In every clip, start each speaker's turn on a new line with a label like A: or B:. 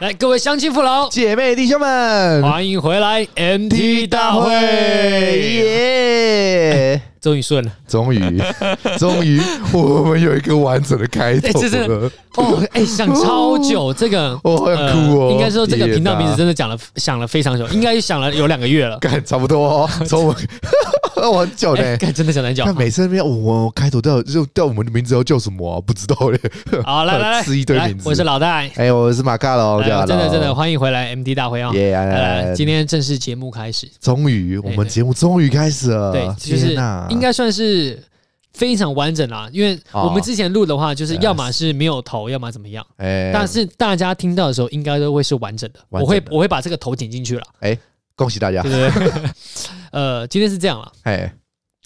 A: 来，各位乡亲父老，
B: 姐妹弟兄们
A: 欢迎回来 MT 哦
B: ，T
A: 大会，
B: 耶！
A: 终于顺了。
B: 终于，终于，我们有一个完整的开
A: 哎，
B: 头
A: 这真的
B: 了。 哦
A: 哦，哎，想超久，这个
B: 我好想哭哦
A: 呃应该说这个频
B: 天哪
A: 道名字真的讲了想了非常久，应该想了有两个月了。
B: 干差不多 哦，从我 我很久
A: 哎，
B: 呢。
A: 干真的想很久
B: 看。每次那边我我开头都要就叫我们的名字要叫什么啊？不知道 嘞。
A: 好，来来来，
B: 吃一堆
A: 来
B: 名字
A: 我是老大。
B: 哎，我是马卡龙，
A: 来
B: 大家好
A: 真的真的，欢迎回来 MT 大会啊！
B: 耶！来
A: 来
B: 来
A: 来，
B: 来
A: 今天正式节目开始。
B: 终于我
A: 对
B: 们
A: 对
B: 节目终于开始了，
A: 对，就是
B: 啊天哪哦
A: 应该算是非常完整啦。因为我们之前录的话，就是要么是没有头，要么怎么样。
B: 哎，
A: 但是大家听到的时候，应该都会是完整的。
B: 完整的
A: 我会我会把这个头剪进去了，
B: 恭喜大家
A: 对，不对？ 呃，今天是这样啦，
B: 哎，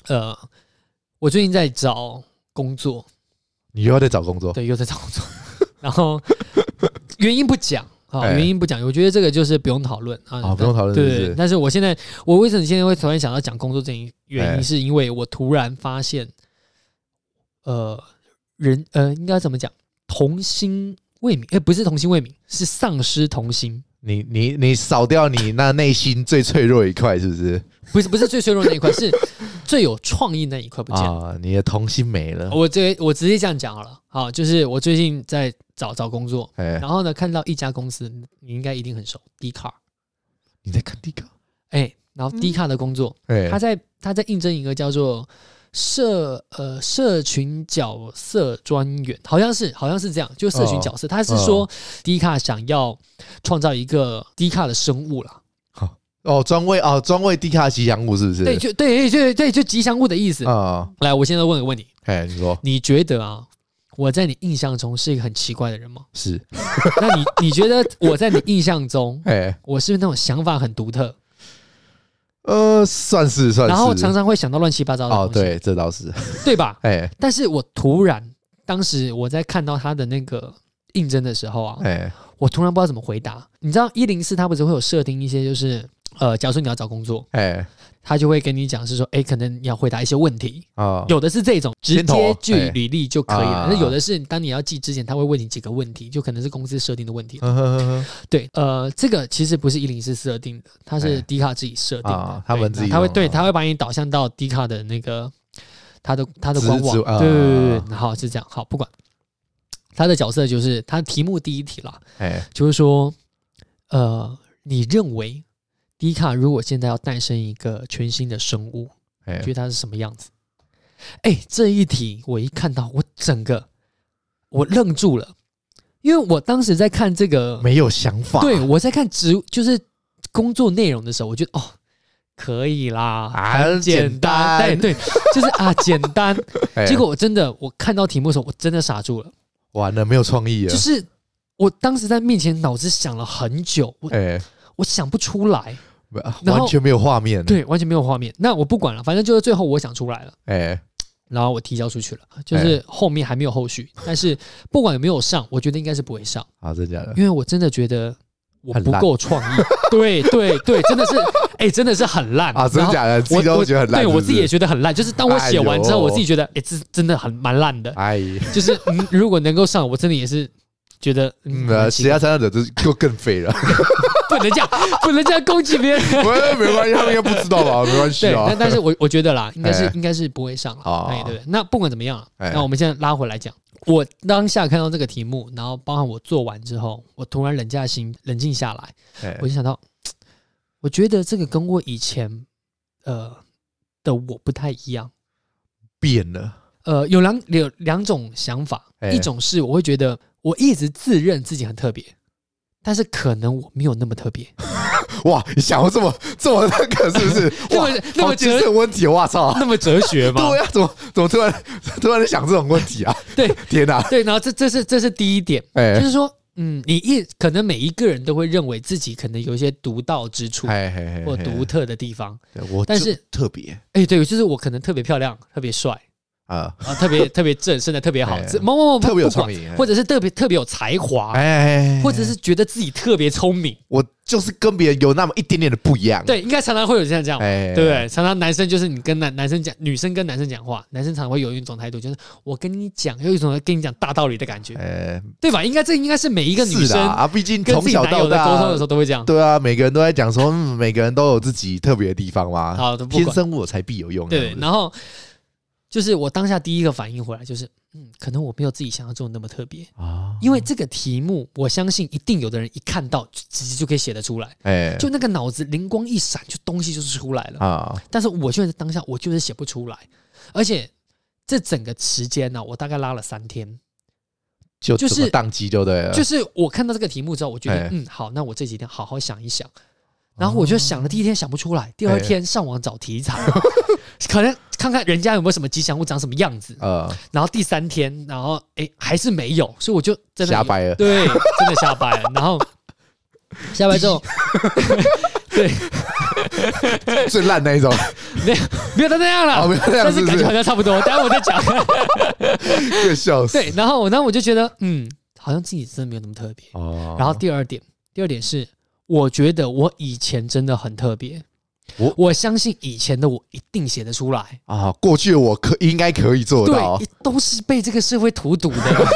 A: 呃，我最近在找工作，
B: 你又要在找工作，
A: 对，又在找工作， 然后原因不讲。啊，
B: 哎
A: 原因不讲，我觉得这个就是不用讨论啊
B: 啊不用讨论
A: 对
B: 是不
A: 对
B: 是
A: 对，但是我现在，我为什么现在会突然想到讲工作这一原因，
B: 哎
A: 是因为我突然发现，呃，人呃，应该怎么讲，童心未泯，哎、不是童心未泯，是丧失童心。
B: 你你你扫掉你那内心最脆弱一块，是不是？
A: 不是不是最脆弱那一 块，是最有创意那一块不见了。
B: 啊，你的童心没了。
A: 我这我直接这样讲好了，好，就是我最近在找找工作，
B: 哎，
A: 然后呢看到一家公司，你应该一定很熟，D car，
B: 你在看第个？
A: 哎、然后 D car 的工作，
B: 哎
A: 他，在他在应征一个叫做社呃社群角色专员，好像是好像是这样，就
B: 嗯
A: 社群角色，他是说 D car 想要创造一个 D car 的生物啦，
B: 哦，专为哦，专为迪卡吉祥物是不是？
A: 对，就对对对，就吉祥物的意思。
B: 啊，
A: 来，我现在问个问题，
B: 哎，你说？
A: 你觉得啊，我在你印象中是一个很奇怪的人吗
B: 是？
A: 那你你觉得我在你印象中，
B: 哎，
A: 我是不是那种想法很独特，
B: 呃，算是算是。
A: 然后常常会想到乱七八糟的
B: 哦，
A: 东西，
B: 对，这倒是。
A: 对吧？
B: 哎
A: 但是我突然，当时我在看到他的那个应征的时候啊，
B: 哎，
A: 我突然不知道怎么回答。你知道一零四它不是会有设定一些，就是呃，假如说你要找工作，
B: 哎
A: 他就会跟你讲是说，哎，可能你要回答一些问题。
B: 啊，
A: 有的是这种直
B: 先投
A: 接据
B: 哎
A: 履历就可以了，
B: 啊
A: 那有的是当你要记之前，他会问你几个问题，就可能是公司设定的问题。
B: 呵呵呵
A: 对，呃，这个其实不是一零四设定的，它是
B: 哎
A: 迪卡自己设定的，
B: 啊
A: 对
B: 他们自己
A: 那他会
B: 弄的
A: 对，他会把你导向到迪卡的那个他的他的
B: 直
A: 官网
B: 直，啊
A: 对对对对，好是这样，好不管他的角色就是他题目第一题啦，
B: 哎
A: 就是说，呃，你认为迪卡如果现在要诞生一个全新的生物，
B: 哎
A: 觉，得它是什么样子？哎，这一题我一看到，我整个我愣住了，因为我当时在看这个
B: 没有想法。
A: 对，我在看职就是工作内容的时候，我觉得哦，可以啦，
B: 啊
A: 很简单，
B: 简单
A: 对对，就是 啊，简单。
B: 哎
A: 结果我真的，我看到题目的时候，我真的傻住了，
B: 完了，没有创意了
A: 就。是我当时在面前脑子想了很久，我
B: 哎，
A: 我想不出来，
B: 不
A: 然后
B: 完全没有画面。，
A: 对，完全没有画面。那我不管了，反正就是最后我想出来了。
B: 哎
A: 然后我提交出去了，就是后面还没有后续，但是不管有没有上，我觉得应该是不会上。
B: 啊，真的假的？
A: 因为我真的觉得我
B: 很
A: 不
B: 烂
A: 够创意。 对对对，真 的是，哎、真的是很烂
B: 啊，真
A: 然
B: 的
A: 后
B: 假的？自己
A: 我
B: 都
A: 我
B: 觉得很烂。
A: 对
B: 是
A: 我
B: 不
A: 自己也
B: 是。
A: 觉得很烂，就是当我写完之后，
B: 哎呦
A: 我自己觉得，哎、这真的很蛮烂的。
B: 哎，
A: 就是、嗯、如果能够上，我真的也是觉得，嗯
B: 嗯，呃，
A: 蛮
B: 其
A: 奇怪
B: 他参赛者就是就更废了。
A: 不能这样，不能这样攻击别 人。
B: 喂，呃没关系，他们应该不知道吧？没关系
A: 对，
B: 啊
A: 但。但是我我觉得啦，应该是
B: 哎
A: 应该是不会上了，
B: 哦
A: 哎，对不对？那不管怎么样啊，
B: 哎
A: 那我们现在拉回来讲，我当下看到这个题目，然后包含我做完之后，我突然冷下心，冷静下来，
B: 哎
A: 我就想到，我觉得这个跟我以前呃的我不太一样。
B: 变了，
A: 呃，有两有两种想法，
B: 哎
A: 一种是我会觉得我一直自认自己很特别，但是可能我没有那么特 别，
B: 哇！你想要这么这么那个是不 是？
A: 那
B: 哇
A: 么，那么
B: 好精
A: 哲
B: 神问题，哇操！
A: 那么哲学吗？
B: 对呀，啊怎么怎么突然突然想这种问题啊？
A: 对，
B: 天哪！
A: 对，然后这这是这是第一点，就
B: 哎
A: 是说，嗯，你一可能每一个人都会认为自己可能有一些独到之处
B: 哎哎
A: 或独特的地方，
B: 我
A: 但
B: 就是特别
A: 哎，对，就是我可能特别漂亮，特别帅，
B: 啊，
A: 啊，特别特别正，身材特别好，
B: 哎
A: 这某某某
B: 特别有
A: 不管
B: 创意哎
A: 或者是特别特别有才华，
B: 哎，
A: 或者是觉得自己特别聪明，
B: 我就是跟别人有那么一点点的不一样，
A: 对，应该常常会有这样这样，
B: 嗯哎，
A: 对不对？常常男生就是你跟男男生讲，女生跟男生讲话，男生常常会有一种态度，就是我跟你讲，有一种跟你讲大道理的感觉，
B: 哎，
A: 对吧？应该这应该是每一个女
B: 是的
A: 生
B: 啊，毕竟
A: 跟
B: 从
A: 自己
B: 小
A: 男
B: 到
A: 友在
B: 大
A: 沟通的时候都会这样。
B: 对啊，每个人都在讲说，嗯，每个人都有自己特别的地方嘛，
A: 好，都不
B: 天
A: 管。
B: 生我材必有用，这
A: 对
B: 样，子
A: 然后就是我当下第一个反应回来就是，嗯，可能我没有自己想象中的那么特别，
B: 啊，
A: 因为这个题目，我相信一定有的人一看到就直接就可以写得出来，
B: 哎，
A: 就那个脑子灵光一闪，就东西就是出来了。
B: 啊，
A: 但是我就是当下我就是写不出来，而且这整个时间呢、我大概拉了三天，
B: 就
A: 就
B: 就是是宕机就对了，
A: 就是我看到这个题目之后，我决定
B: 呃哎，哦
A: 嗯，好，那我这几天好好想一想。然后我就想了第一天想不出来，第二
B: 哎
A: 天上网找题材， 可能看看人家有没有什么吉祥物长什么样子。
B: 呃，
A: 然后第三天，然后哎还是没有，所以我就真的
B: 瞎掰了，
A: 对，真的瞎掰了。然后 瞎掰之 后，对，
B: 最烂那 一种，
A: 没有到那样了，
B: 哦，没有这样
A: 但
B: 子，
A: 是感觉好像差不 多。待会我再讲。
B: 越笑死，
A: 对，然后我然后我就觉得，嗯，好像自己真的没有那么特别。
B: 哦
A: 然后第二点，第二点是，我觉得我以前真的很特别，
B: 我
A: 我相信以前的我一定写得出来。
B: 啊，过去的我可应该可以做到
A: 对，，都是被这个社会荼毒的，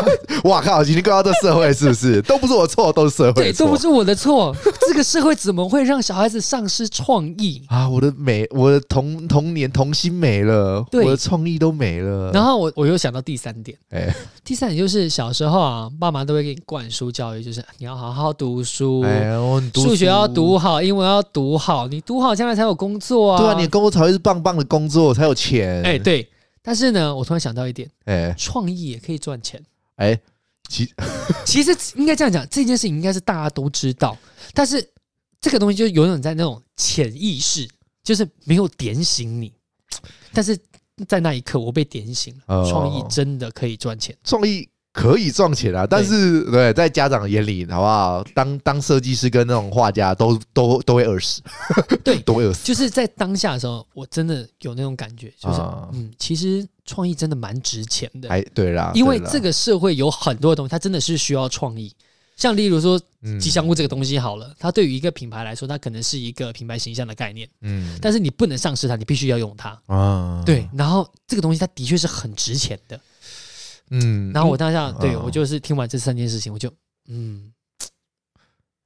B: 哇靠，已经怪到这社会是 不是？都不 是我错，都是社会
A: 对，
B: 的
A: 都
B: 错
A: 不是我的 错。这个社会怎么会让小孩子丧失创意？
B: 啊，我的美，我的童童年童心没了，
A: 对
B: 我的创意都没了，
A: 然后我我又想到第三点，
B: 哎
A: 第三点就是小时候啊，爸妈都会给你灌输教育，就是你要好好读书，
B: 哎，我很读
A: 数学要
B: 书
A: 读好，英文要读好，你读好将来才有工作啊。
B: 对啊，你的工作才会是棒棒的工作，才有钱。
A: 哎、对。但是呢，我突然想到一点，
B: 哎
A: 创意也可以赚钱。
B: 哎，其
A: 其实应该这样讲，这件事情应该是大家都知道，但是这个东西就永远在那种潜意识，就是没有点醒你。但是在那一刻，我被点醒了，
B: 哦
A: 创意真的可以赚钱。
B: 创意可以赚钱啊，但是对，在家长眼里，好不好？当当设计师跟那种画家都都都会饿死，
A: 对
B: 都会饿死。
A: 就是在当下的时候，我真的有那种感觉，就是、
B: 啊
A: 嗯，其实创意真的蛮值钱的，
B: 哎，对啦，
A: 因为
B: 对啦
A: 这个社会有很多东西，它真的是需要创意。像例如说
B: 嗯
A: 吉祥物这个东西好了，它对于一个品牌来说，它可能是一个品牌形象的概念，
B: 嗯
A: 但是你不能丧失它，你必须要用它。
B: 啊，
A: 对，然后这个东西它的确是很值钱的。
B: 嗯
A: 然后我当下对
B: 嗯
A: 我就是听完这三件事情，我就嗯，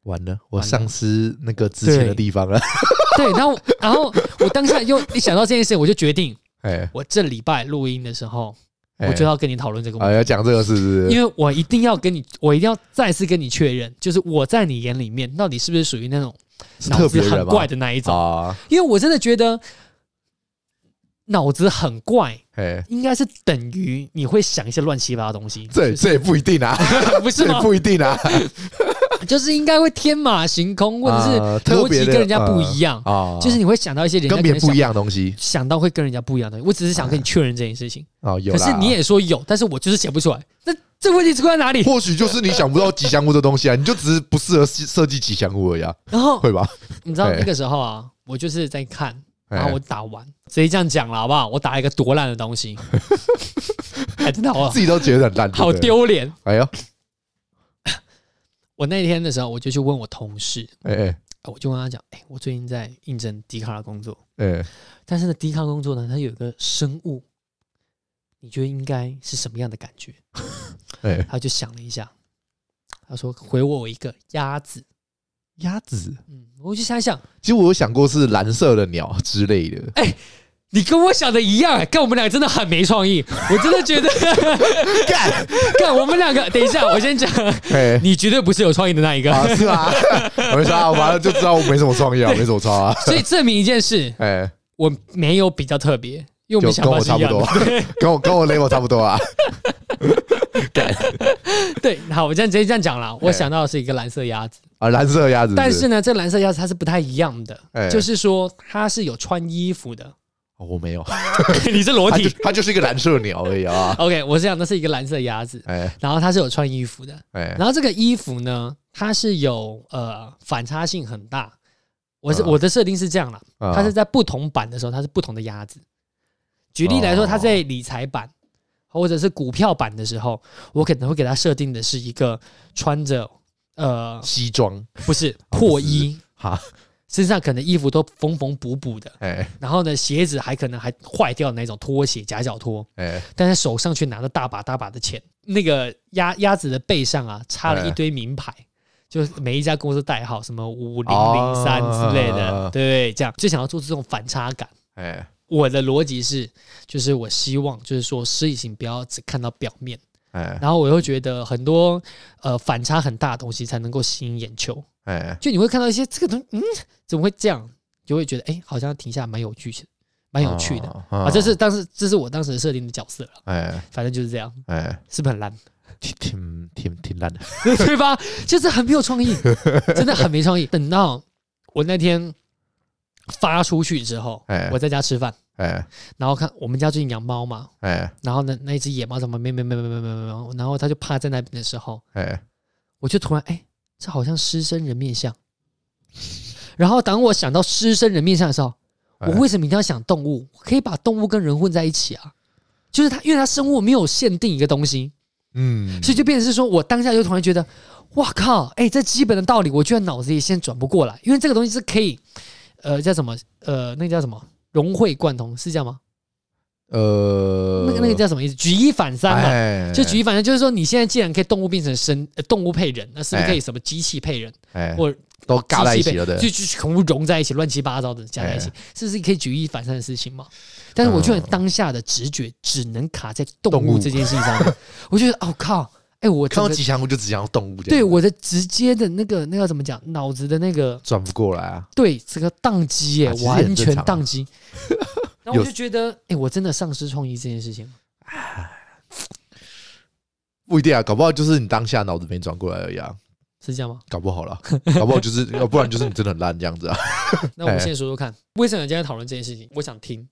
B: 完了，我
A: 完了
B: 丧失那个值钱的地方了。
A: 对，然后 然后我当下又一想到这件事情，我就决定
B: 哎，
A: 我这礼拜录音的时候，
B: 哎
A: 我就要跟你讨论这个问题
B: 啊，。要讲这个是不是？
A: 因为我一定要跟你，我一定要再次跟你确认，就是我在你眼里面到底是不是属于那种
B: 是
A: 脑
B: 特
A: 子
B: 别
A: 很
B: 人吗
A: 怪的那一种？
B: 啊，
A: 因为我真的觉得脑子很怪，
B: 哎，
A: 应该是等于你会想一些乱七八糟的东西，
B: 这
A: 就是
B: 这也不一定啊，
A: 不是
B: 这也
A: 吗？
B: 不一 定啊，
A: 就是应该会天马行空，或者
B: 啊
A: 是
B: 特
A: 逻
B: 别
A: 辑
B: 的
A: 跟人家不一样，
B: 啊，
A: 就是你会想到一些人家
B: 跟别人
A: 可能
B: 不一
A: 想。
B: 样的东西
A: 想到会跟人家不一样的东西，我只是想跟你确认这件事情。
B: 哦，有
A: 可
B: 啦。
A: 是你也说有，但是我就是写不出来。那这问题出在 哪里？
B: 或许就是你想不到吉祥物这东西啊，你就只是不适合设设计吉祥物而已、啊，
A: 然后
B: 会吧？
A: 你知道
B: 哎
A: 那个时候啊，我就是在看，
B: 哎
A: 然后我打完，直接这样讲了好不好？我打一个多烂的东 西，哎，真的好
B: 自己都觉得很烂，对不
A: 好
B: 对。
A: 丢脸。
B: 哎呦，
A: 我那天的时候，我就去问我同事，
B: 哎哎
A: 我就跟他讲，哎，我最近在应征迪卡的工作，
B: 哎，
A: 但是呢，迪卡工作呢，它有一个生物，你觉得应该是什么样的感觉？
B: 哎，
A: 他就想了一下，他说回我一个鸭子。
B: 鸭子，
A: 嗯，我就想一想，
B: 其实我有想过是蓝色的鸟之类的，
A: 你跟我想的一样、哎，干我们俩真的很没创意，我真的觉得
B: 干，
A: 干我们两个。等一下，我先讲，
B: 哎，
A: 你绝对不是有创意的那一个，
B: 啊是吧？ 我就说啊，完了就知道我没什么创意啊，没什么创意啊，
A: 所以证明一件事，
B: 哎，
A: 我没有比较特别，因为我
B: 就
A: 们想
B: 跟
A: 法
B: 我
A: 是
B: 差
A: 一
B: 不
A: 样
B: 多
A: 的。，
B: 跟我跟我 level 差不多啊，
A: 对，好，我这样直接这样讲
B: 哎
A: 啦。我想到的是一个蓝色鸭子，
B: 啊，蓝色的鸭子，
A: 但是呢，这蓝色鸭子它是不太一样的，
B: 哎
A: 就是说它是有穿衣服 的，
B: 哦我没有，
A: 你是裸
B: 它就
A: 体。
B: 它就是一个蓝色鸟而已啊，
A: OK，我是想的是一个蓝色鸭子，
B: 哎
A: 然后它是有穿衣服的，
B: 哎，
A: 然后这个衣服呢，它是有呃反差性很大。我是、
B: 嗯
A: 我的设定是这样啦，
B: 嗯
A: 它是在不同版的时候，它是不同的鸭子。举例来说，
B: 哦
A: 他在理财版或者是股票版的时候，我可能会给他设定的是一个穿着呃
B: 西装
A: 不是破衣，
B: 哈，
A: 身上可能衣服都缝缝补补的，
B: 哎
A: 然后呢鞋子还可能还坏掉的那种拖鞋夹脚拖，
B: 哎
A: 但是手上却拿着大把大把的钱。那个鸭鸭子的背上啊，插了一堆名牌，就是每一家公司代号，什么五零零三之类的，
B: 哦
A: 对，这样就想要做出这种反差感。
B: 哎，
A: 我的逻辑是，就是我希望，就是说施以行不要只看到表面，
B: 哎
A: 然后我又觉得很多呃反差很大的东西才能够吸引眼球。
B: 哎，
A: 就你会看到一些这个东西，嗯，怎么会这样？就会觉得哎、好像停下来蛮有趣的，蛮有趣的、
B: 哦
A: 啊。这是当时这是我当时设定的角色了，
B: 哎
A: 反正就是这样，
B: 哎，
A: 是不是很烂？
B: 挺挺挺挺烂的，
A: 对吧？就是很没有创意，真的很没创意。等到我那天发出去之后，
B: 哎
A: 我在家吃饭，
B: 哎
A: 然后看我们家最近养猫嘛，
B: 哎
A: 然后呢那一只野猫怎么喵喵喵喵喵喵喵喵，然后它就趴在那边的时候，
B: 哎
A: 我就突然哎，这好像狮身人面像。然后当我想到狮身人面像的时候，
B: 哎
A: 我为什么一定要想动物？我可以把动物跟人混在一起啊。就是它，因为它生物没有限定一个东西，
B: 嗯，
A: 所以就变成是说我当下就突然觉得，哇靠，哎、这基本的道理我居然脑子里先转不过来，因为这个东西是可以，呃，叫什么？呃，那个叫什么？融会贯通是这样吗？
B: 呃，
A: 那个那个叫什么意思？举一反三嘛。
B: 哎，
A: 就举一反三，就是说你现在既然可以动物变成生、呃动物配人，那是不是可以什么机器配人，
B: 哎
A: 或
B: 都尬在一起了的，
A: 就就全部融在一起，乱七八糟的加在一
B: 哎
A: 起，是不是可以举一反三的事情嘛？但是我居然
B: 嗯
A: 当下的直觉只能卡在
B: 动
A: 动
B: 物
A: 物这件事情上面，我觉得哦靠，哎、我
B: 看
A: 真
B: 到
A: 的
B: 吉祥物就只想要动物这样，
A: 对我的直接的那个那个怎么讲，脑子的那个
B: 转不过来啊，
A: 对这个宕机耶，
B: 啊其实也很
A: 完全
B: 正常啊
A: 宕 机。然后
B: 有
A: 我就觉得，哎、我真的丧失创意这件事情。
B: 不一定啊，搞不好就是你当下脑子没转过来而已啊，
A: 是这样吗？
B: 搞 不好啦，搞不好就是，要不然就是你真的很烂这样子啊，
A: 那我们
B: 哎
A: 现在说说看，为什么今天讨论这件事情？我想听，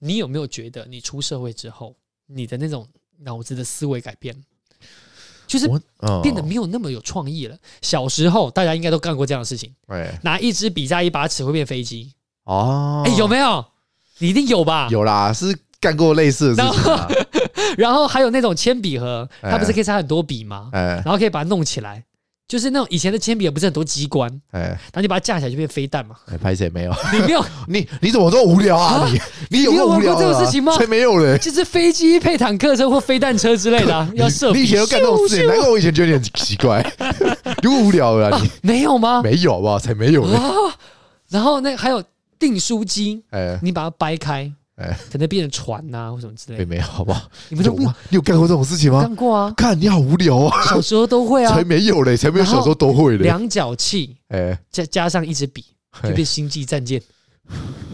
A: 你有没有觉得你出社会之后，你的那种脑子的思维改变， 就是
B: 我嗯
A: 变得没有那么有创意了？小时候大家应该都干过这样的事情，
B: 哎
A: 拿一支笔加一把尺会变飞机，
B: 哦，
A: 哎、有没有？你一定有吧？
B: 有啦，是干过类似的事情啊，
A: 然后还有那种铅笔盒，
B: 哎
A: 它不是可以插很多笔吗？
B: 哎
A: 然后可以把它弄起来，就是那种以前的铅笔盒不是很多机关，
B: 哎
A: 然后你把它架起来就变飞弹嘛。
B: 哎，拍谁没有？
A: 你没有，
B: 你你怎么这么无聊啊？
A: 啊
B: 你你有
A: 你有
B: 够无
A: 玩过
B: 聊的啊
A: 这种事情吗
B: 才没有嘞！
A: 就是飞机配坦克车或飞弹车之类的、 啊，
B: 你
A: 要射
B: 你
A: 笔
B: 以前都干这种 事情，难怪我以前觉得你很奇怪， 有够无聊 的啊！你
A: 哦没有吗？
B: 没有好不好？才没有嘞！
A: 啊，然后那还有订书机，
B: 哎
A: 你把它掰开，
B: 哎，
A: 可能变成船呐、或什么之类
B: 没
A: 的。
B: 没有好不好？
A: 你们都
B: 有
A: 没有
B: 吗？你有干过这种事情吗
A: 干？过啊？
B: 看你好无聊啊！
A: 小时候都会啊
B: 才。没有嘞，才没有小时候都会嘞。
A: 量角器
B: 哎
A: 加加上一支笔，就
B: 哎
A: 变星际战舰。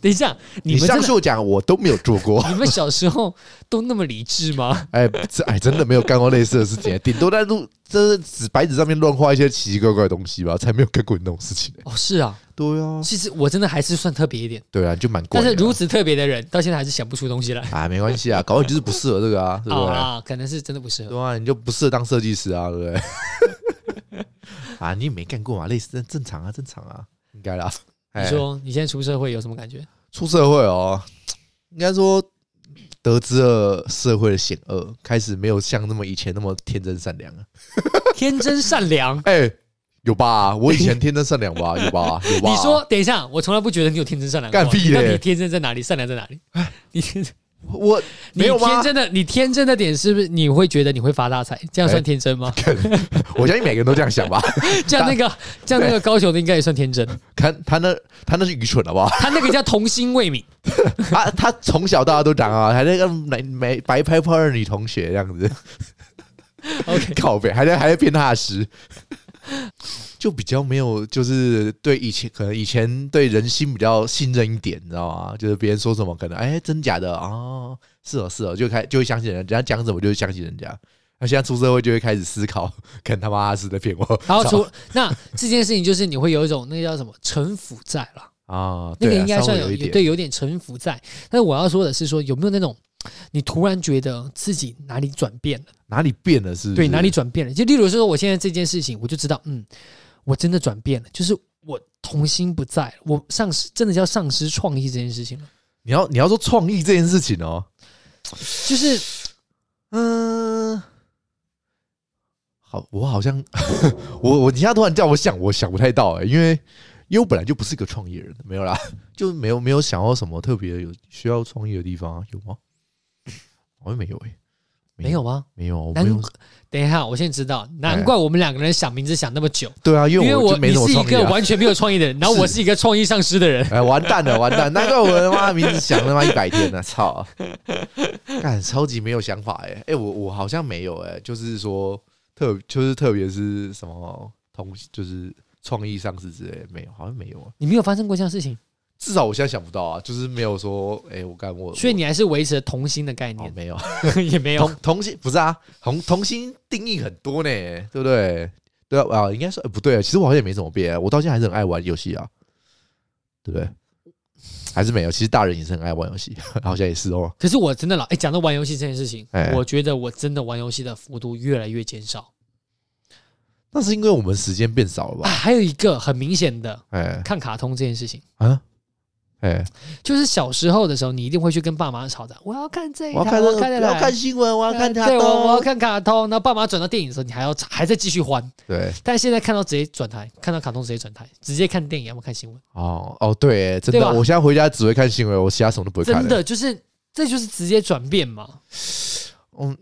A: 等一下，你
B: 你
A: 们真
B: 上
A: 的
B: 述讲我都没有做 过，
A: 你们小时候都那么理智 吗？
B: 哎，这哎真的没有干过类似的事情，顶多在路这纸白纸上面乱画一些奇奇怪怪的东西吧，才没有干过你那种事情。
A: 哦，是啊，
B: 对啊，
A: 其实我真的还是算特别一点，
B: 对啊，就蛮怪
A: 但
B: 的啊。
A: 是如此特别的人，到现在还是想不出东西来
B: 啊，没关系啊，搞不好你就是不适合这个 啊，对不对？
A: 啊，可能是真的不适合。
B: 对啊，你就不适合当设计师啊，对不对？ 啊，你也没干过嘛，类似正常啊，正常啊，应该啦。
A: 你
B: 哎
A: 说你现在出社会有什么感觉？
B: 出社会哦，应该说得知了社会的险恶，开始没有像那么以前那么天真善良了。啊。
A: 天真善良
B: 哎、有吧？我以前天真善良 吧？有吧？有吧？
A: 你说，等一下，我从来不觉得你有天真善良过。
B: 干屁
A: 那
B: 嘞
A: 你天真在哪里？善良在哪里？你
B: 我
A: 你
B: 没有吗
A: 天？真的，你天真的点是不是你会觉得你会发大财？这样
B: 哎
A: 算天真吗？
B: 我相信每个人都这样想吧。
A: 这样那个，这样那个高雄的应该也算天真，
B: 看他那他那是愚蠢好不好？
A: 他那个叫童心未泯。
B: 他他从小到大都讲啊，还在跟美美白拍泡的女同学这样子
A: OK，
B: 靠背，还在还在变踏实，就比较没有，就是对以前可能以前对人心比较信任一点，你知道吗？就是别人说什么可能哎真假的哦，是哦是哦，就开就会相信人家，人家讲什么就会相信人家。那现在出社会就会开始思考，可能他妈是在骗我。
A: 然后除那这件事情，就是你会有一种那个叫什么城府在了，
B: 啊，
A: 那个
B: 对啊
A: 应该
B: 稍
A: 算
B: 微
A: 有
B: 有一点，
A: 对有点城府在。但是我要说的是说，有没有那种你突然觉得自己哪里转变了？
B: 哪里变了是不是？
A: 对，哪里转变了？就例如说，我现在这件事情，我就知道，嗯，我真的转变了，就是我童心不在了，我丧失真的叫丧失创意这件事情了。
B: 你要你要说创意这件事情哦，
A: 就是
B: 嗯，好，我好像 我我你现在突然叫我想，我想不太到哎、因为因为我本来就不是个创业人，没有啦， 就没有没有想到什么特别有需要创意的地方、啊，有吗？好像没有哎、
A: 没有吗？
B: 没有，我
A: 难
B: 没有，
A: 等一下，我现在知道，难怪我们两个人想名字想那么久，
B: 对啊，因
A: 因
B: 为
A: 我
B: 就没
A: 你
B: 什么
A: 是一
B: 创意、
A: 个
B: 啊。
A: 完全没有创意的人，然后我
B: 是
A: 是一个创意丧失的人。
B: 哎，完蛋了，完蛋！难怪我他妈名字想他妈一百天呢、操！干，超级没有想法哎、哎、我我好像没有哎、就是说特就是特别是什么同就是创意上市之类，没有，好像没有啊。
A: 你没有发生过这样的事情，
B: 至少我现在想不到啊，就是没有说哎、我干我，
A: 所以你还是维持了童心的概
B: 我哦
A: 念，
B: 没有
A: 也没有
B: 同同心不是啊，同同心定义很多呢、对不对？对啊，啊应该说、哎不对、啊，其实我好像也没怎么变、啊，我到现在还是很爱玩游戏啊，对不对？还是没有，其实大人也是很爱玩游戏， 好像也是哦。
A: 可是我真的老哎，讲到玩游戏这件事情，
B: 哎
A: 我觉得我真的玩游戏的幅度越来越减少
B: 那是因为我们时间变少了
A: 啊。
B: 吧？
A: 还有一个很明显的，
B: 哎
A: 看卡通这件事情，
B: 啊，哎，
A: 就是小时候的时候，你一定会去跟爸妈吵的，我要看这一
B: 我要
A: 台，
B: 看这
A: 我
B: 个，
A: 看
B: 我
A: 这
B: 要
A: 台
B: 看。新闻，我要看他
A: 对，我我要
B: 的。
A: 看卡通，然后爸妈转到电影的时候，你还要还在继续欢，
B: 对，
A: 但现在看到直接转台，看到卡通直接转台，直接看电影，要么看新闻，
B: 哦哦，对，真
A: 对
B: 的，
A: 吧
B: 我现在回家只会看新闻，我其他什么都不会看。
A: 真，的就是这就是直接转变嘛。
B: 嗯，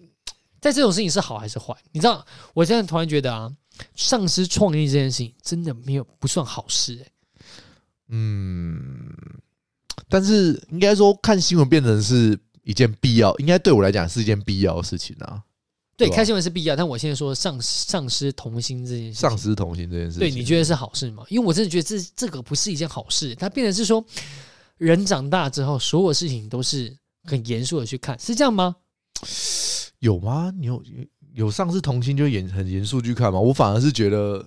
A: 在这种事情是好还是坏？你知道，我现在突然觉得啊，丧失创意这件事情真的没有不算好事、欸。
B: 嗯，但是应该说看新闻变成是一件必要，应该对我来讲是一件必要的事情啊。
A: 对，
B: 对啊
A: 看新闻是必要，但我现在说丧丧失童心这件事情，
B: 丧失童心这件事情，
A: 对你觉得是好事吗？因为我真的觉得这这个不是一件好事，它变成是说人长大之后，所有事情都是很严肃的去看，是这样吗？
B: 有吗？你有有丧失童心就严很严肃去看吗？我反而是觉得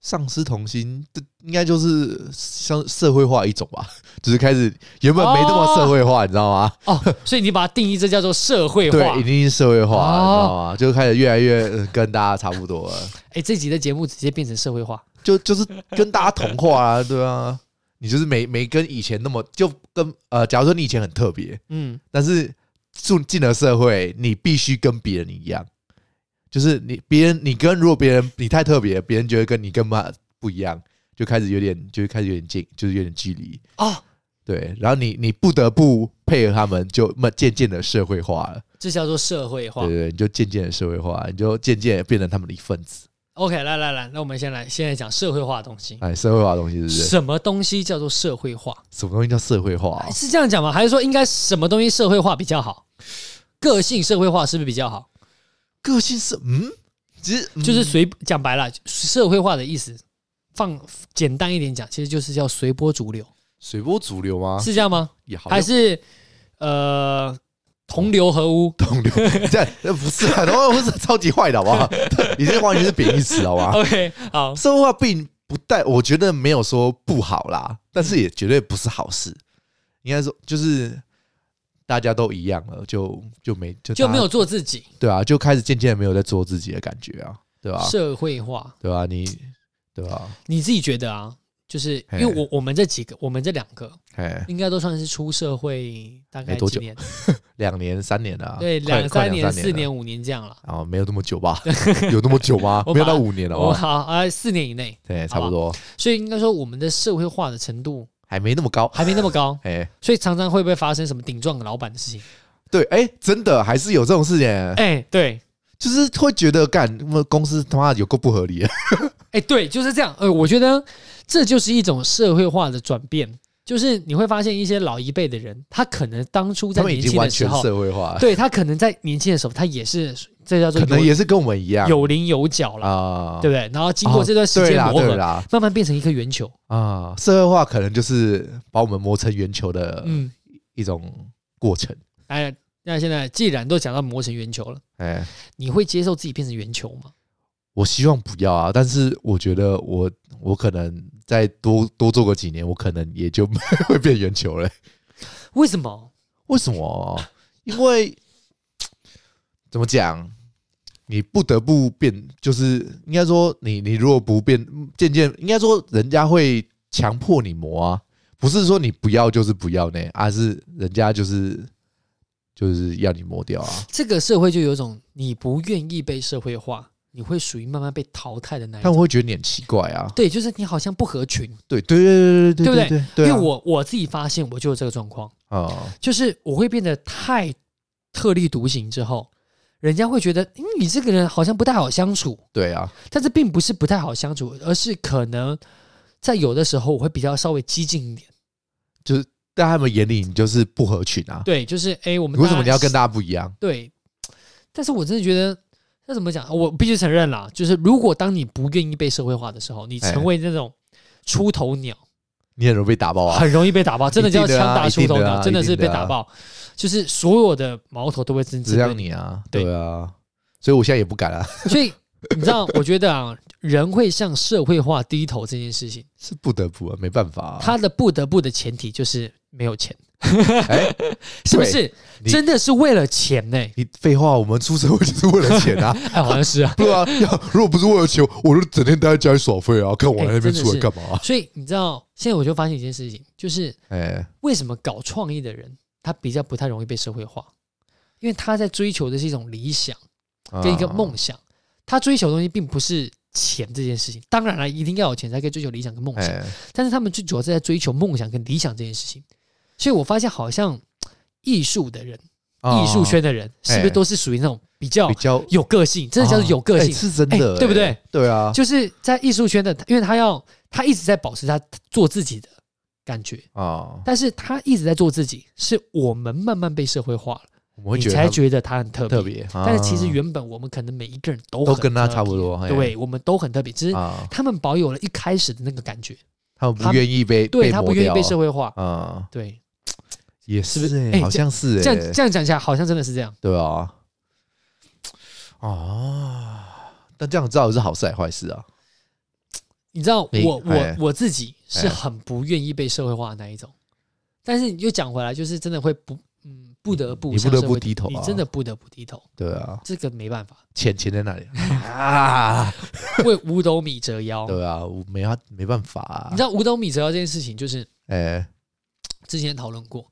B: 丧失童心，这应该就是像社会化一种吧， 就是开始原本没那么社会化，你知道吗？
A: 哦，所以你把它定义这叫做社会化。
B: 对，已经是社会化了，
A: 哦
B: 你知道吗？就开始越来越、呃跟大家差不多了，
A: 哎、这集的节目直接变成社会化，
B: 就 就是跟大家同化啊，对啊。你就是没没跟以前那么，就跟呃，假如说你以前很特别，
A: 嗯，
B: 但是进进了社会，你必须跟别人一样，就是你别人你跟如果别人你太特别，别人觉得跟你根本不一样，就开始有点就开始有点近，就是有点距离。
A: 哦，
B: 对，然后你你不得不配合他们，就慢渐渐的社会化了。
A: 这叫做社会化
B: 对。对对，你就渐渐的社会化，你就渐渐地变成他们的一份子。
A: OK，来来来，那我们先来现在讲社会化的东西。
B: 哎，社会化的东西是不是？
A: 什么东西叫做社会化？
B: 什么东西叫社会化啊、
A: 是这样讲吗？还是说应该什么东西社会化比较好？个性社会化是不是比较好？
B: 个性是嗯，其实、嗯
A: 就是随讲白了，社会化的意思，放简单一点讲，其实就是叫随波逐流，
B: 随波逐流吗？
A: 是这样吗？
B: 也啊好像
A: 还是呃同流合污
B: 同流， 这这不是啊，同流不是超级坏的好不好？ 已经完全是贬义词好吧？
A: ？OK，好，
B: 社会化并不带，我觉得没有说不好啦，但是也绝对不是好事。应该说就是大家都一样了，就就没就
A: 就
B: 大家
A: 没有做自己，
B: 对啊，就开始渐渐地没有在做自己的感觉啊，对吧、
A: 社会化。
B: 对吧、你对吧、
A: 你自己觉得啊？就是因为
B: 嘿
A: 我我们这几个，我们这两个
B: 哎，
A: 应该都算是出社会大概
B: 没多
A: 几
B: 久
A: 年，
B: 两年三年了啊、
A: 对，
B: 快
A: 两
B: 快
A: 三年、四
B: 了
A: 年、五年这样了。
B: 啊、没有那么 久吧？有那么久吗？
A: 我把
B: 没有到五年了哦
A: 我
B: 吧？
A: 好啊、四年以内，
B: 对，差不多，
A: 所以应该说我们的社会化的程度
B: 还没那么高。，
A: 还没那么高
B: 哎、
A: 所以常常会不会发生什么顶撞老板的事情？
B: 对，哎、真的还是有这种事情、
A: 哎、对，
B: 就是会觉得干，我们公司他妈有够不合理的。
A: 哎、对，就是这样。呃，我觉得这就是一种社会化的转变，就是你会发现一些老一辈的人，他可能当初在
B: 他们
A: 年
B: 已经
A: 轻
B: 完
A: 的时
B: 全
A: 候，
B: 社会化了，
A: 对他可能在年轻的时候，他也是这叫做
B: 可能
A: 有
B: 也是跟我们一样
A: 有棱有角啦。
B: 啊，
A: 对不对？然后经过这段时
B: 对
A: 间
B: 啦
A: 磨
B: 对
A: 合，
B: 啦
A: 慢慢变成一颗圆球。
B: 啊，社会化可能就是把我们磨成圆球的
A: 嗯，
B: 一种过程。
A: 哎，那现在既然都讲到磨成圆球了，
B: 哎、
A: 你会接受自己变成圆球吗？
B: 我希望不要啊，但是我觉得我我可能再多多做个几年，我可能也就 会变圆球了。
A: 为什么？
B: 为什么？ 因为怎么讲，你不得不变，就是应该说你你如果不变，渐渐应该说人家会强迫你磨啊，不是说你不要就是不要呢，而、是人家就是就是要你磨掉啊。
A: 这个社会就有一种你不愿意被社会化，你会属于慢慢被淘汰的那一
B: 他
A: 种。
B: 们会觉得你很奇怪啊。
A: 对，就是你好像不合群，
B: 对对对对对对对啊，
A: 因为我我自己发现我就有这个状况，
B: 啊，
A: 就是我会变得太特立独行之后，人家会觉得、嗯、你这个人好像不太好相处，
B: 对啊，
A: 但这并不是不太好相处，而是可能在有的时候我会比较稍微激进一点。
B: 在他们眼里你就是不合群啊。
A: 对，就是哎、我们
B: 为什么
A: 大家
B: 你要跟大家不一样？
A: 对，但是我真的觉得，那怎么讲？啊我必须承认啦，就是如果当你不愿意被社会化的时候，你
B: 哎
A: 成为那种出头鸟，
B: 你很容易被打爆啊。
A: 很容易被打爆，真的叫
B: 一定的
A: 枪
B: 啊
A: 打出头
B: 一定的
A: 鸟，
B: 啊
A: 真的是被
B: 一定的啊
A: 打爆，就是所有的矛头都会针
B: 只
A: 对
B: 让。你啊，
A: 对
B: 对啊，所以我现在也不敢啊，
A: 所以你知道，我觉得啊，人会向社会化低头这件事情，
B: 是不得不啊，没办法、啊。
A: 他的不得不的前提就是没有钱，
B: 哎、
A: 是不是？
B: 你
A: 真的是为了钱呢、
B: 你废话，我们出社会就是为了钱 啊，
A: 哎，好像是啊。
B: 对啊，要如果不是为了钱，我就整天待在家里耍废啊，看我
A: 哎
B: 在那
A: 真
B: 边
A: 的
B: 出来
A: 是
B: 干嘛、啊？
A: 所以你知道，现在我就发现一件事情，就是
B: 哎、
A: 为什么搞创意的人他比较不太容易被社会化，因为他在追求的是一种理想跟一个
B: 啊
A: 梦想，他追求的东西并不是钱这件事情。当然了，一定要有钱才可以追求理想跟梦
B: 哎、
A: 想，但是他们最主要是在追求梦想跟理想这件事情。所以我发现，好像艺术的人、艺术圈的人，是不是
B: 哎
A: 都是属于那种比较
B: 啊比较，
A: 有个性？真的叫做有个
B: 哎
A: 性，
B: 是真的、
A: 哎对不对？
B: 对啊，
A: 就是在艺术圈的，因为他要他一直在保持他做自己的感觉，
B: 啊，
A: 但是他一直在做自己，是我们慢慢被社会化了，
B: 我们会
A: 你
B: 觉得
A: 才
B: 他
A: 觉得他很特别。
B: 特别，啊
A: 但是其实原本我们可能每一个人都
B: 都
A: 很
B: 跟他
A: 特别
B: 差不多嘿
A: 对我们都很特别，只是
B: 啊，
A: 他们保有了一开始的那个感觉，
B: 他们
A: 他
B: 不愿意被
A: 对
B: 被
A: 他
B: 磨
A: 不愿意
B: 掉
A: 被社会化，
B: 啊，
A: 对，
B: 也
A: 是不
B: 是
A: 是
B: 哎、
A: 哎
B: 好
A: 这
B: 像是哎、
A: 这样这样讲起来好像真的是这样，
B: 对啊，啊，但这样知道是好事还是坏事啊？
A: 你知道我
B: 哎
A: 我
B: 哎
A: 我自己是
B: 哎
A: 很不愿意被社会化的那一种，但是你就讲回来，就是真的会不嗯不得不
B: 你
A: 向
B: 不得
A: 社
B: 不
A: 会
B: 低头
A: 你
B: 啊
A: 真的不得不低头，
B: 对啊，
A: 这个没办法，
B: 钱钱在那里啊？
A: 为五斗米折腰。
B: 对啊，我没法没办法、啊，
A: 你知道五斗米折腰这件事情，就是
B: 哎、
A: 之前讨论过，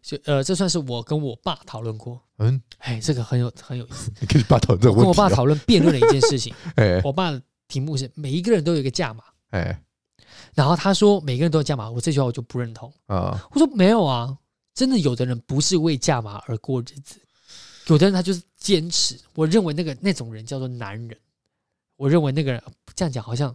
A: 就呃，这算是我跟我爸讨论过。
B: 嗯，
A: 哎，这个很有很有意思。
B: 你跟你爸讨论这个
A: 我跟
B: 问
A: 我
B: 题、
A: 爸
B: 啊，
A: 讨论辩论了一件事 情，
B: 哎
A: 我爸的题目是每一个人都有一个价码，
B: 哎
A: 然后他说每个人都有价码，我这句话我就不认同。
B: 啊，
A: 我说没有啊，真的有的人不是为价码而过日子，有的人他就是坚持。我认为那个那种人叫做男人，我认为那个人这样讲好像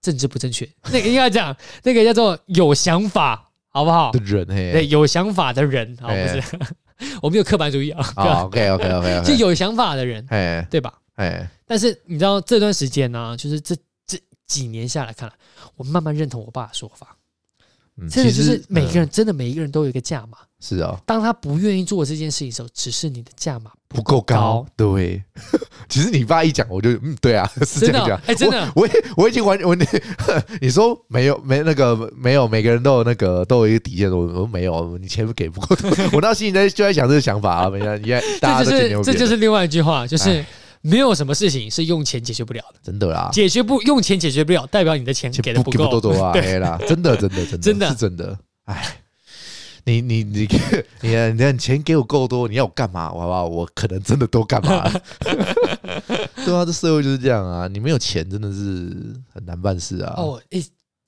A: 政治不正确，那个应该讲那个叫做有想法，好不好
B: 的？人
A: 对，
B: 嘿，
A: 有想法的人啊，不
B: 哎
A: 是， 我没有刻板主义啊，
B: 啊，OK OK OK
A: 就
B: OK，
A: 有想法的人，
B: 哎
A: 对吧？
B: 哎
A: 但是你知道这段时间呢、啊就是这这几年下来看来，我慢慢认同我爸的说法，
B: 嗯，
A: 真的就
B: 其
A: 是
B: 实
A: 每个、
B: 嗯
A: 人真的每一个人都有一个价码，
B: 是啊、
A: 当他不愿意做这件事情的时候，只是你的价码
B: 不够高，对。 其实你爸一讲，我就嗯，对啊， 是这
A: 真的哦
B: 样讲。
A: 哎真的
B: 我，我也我已经完我 你你说没有没那个没有，每个人都有那个都有一个底线，我我没有，你钱给不够多， 我那心里在就在想这个想法啊，没关系，你看大
A: 这就
B: 家都
A: 是
B: 挺牛逼
A: 这
B: 的，
A: 就是另外一句话，就是
B: 哎
A: 没有什么事情是用钱解决不了的，
B: 真的啦，
A: 解决不用钱解决不了，代表你的钱
B: 钱
A: 给的
B: 不
A: 够。
B: 多多啊，
A: 对，
B: 哎啦，真的真的真的
A: 真的
B: 是真的，哎。你你你你你你钱给我够多，你要我干嘛？好不好？我可能真的都干嘛 了。对啊，这社会就是这样啊！你没有钱真的是很难办事啊。
A: 哦，一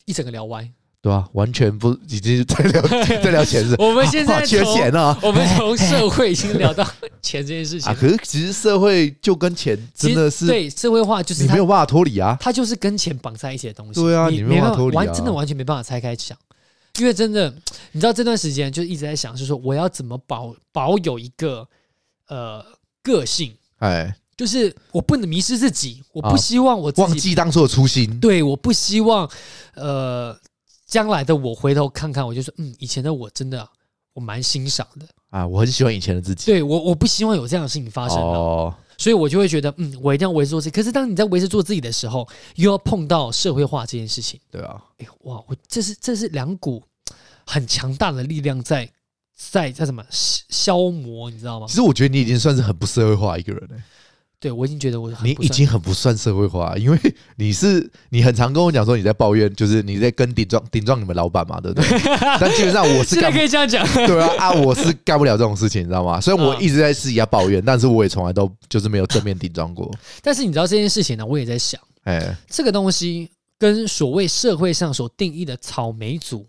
A: 一整个聊歪。
B: 对啊，完全不已经 在聊在聊钱是，
A: 我们现在
B: 啊缺
A: 从
B: 钱啊
A: 我们从社会已经聊到钱这件事情
B: 哎啊！，可是其实社会就跟钱
A: 其
B: 真
A: 实
B: 的是
A: 对社会化就是
B: 你
A: 它
B: 没有办法脱离啊，
A: 它就是跟钱绑在一起的东西。
B: 对啊
A: 你
B: 你没有办法
A: 办
B: 脱离啊
A: 完真的完全没办法拆开想，因为真的，你知道这段时间就一直在想，是说我要怎么保保有一个呃个性，
B: 哎，
A: 就是我不能迷失自己，我不
B: 啊
A: 希望我自
B: 忘
A: 己，
B: 记当初的初心，
A: 对，我不希望呃将来的我回头看看，我就说嗯，以前的我真的我蛮欣赏的，
B: 啊，我很喜欢以前的自己，
A: 对我我不希望有这样的事情发生啊。
B: 哦，
A: 所以我就会觉得，嗯，我一定要维持做自己。可是当你在维持做自己的时候，又要碰到社会化这件事情，
B: 对啊，
A: 哎呦，哇，我这是这是两股很强大的力量在在在什么消消磨，你知道吗
B: 其？实我觉得你已经算是很不社会化一个人了，
A: 对我已经觉得我很
B: 你
A: 不
B: 已
A: 算
B: 经很不算社会化，因为你是你很常跟我讲说你在抱怨，就是你在跟顶撞顶撞你们老板嘛，对 不对？但基本上我是
A: 现在
B: 干不
A: 可以这样讲，
B: 对啊啊，我是干不了这种事情，你知道吗？虽然我
A: 嗯
B: 一直在私底下抱怨，但是我也从来都就是没有正面顶撞过。
A: 但是你知道这件事情呢，我也在想，
B: 哎，
A: 这个东西跟所谓社会上所定义的草莓族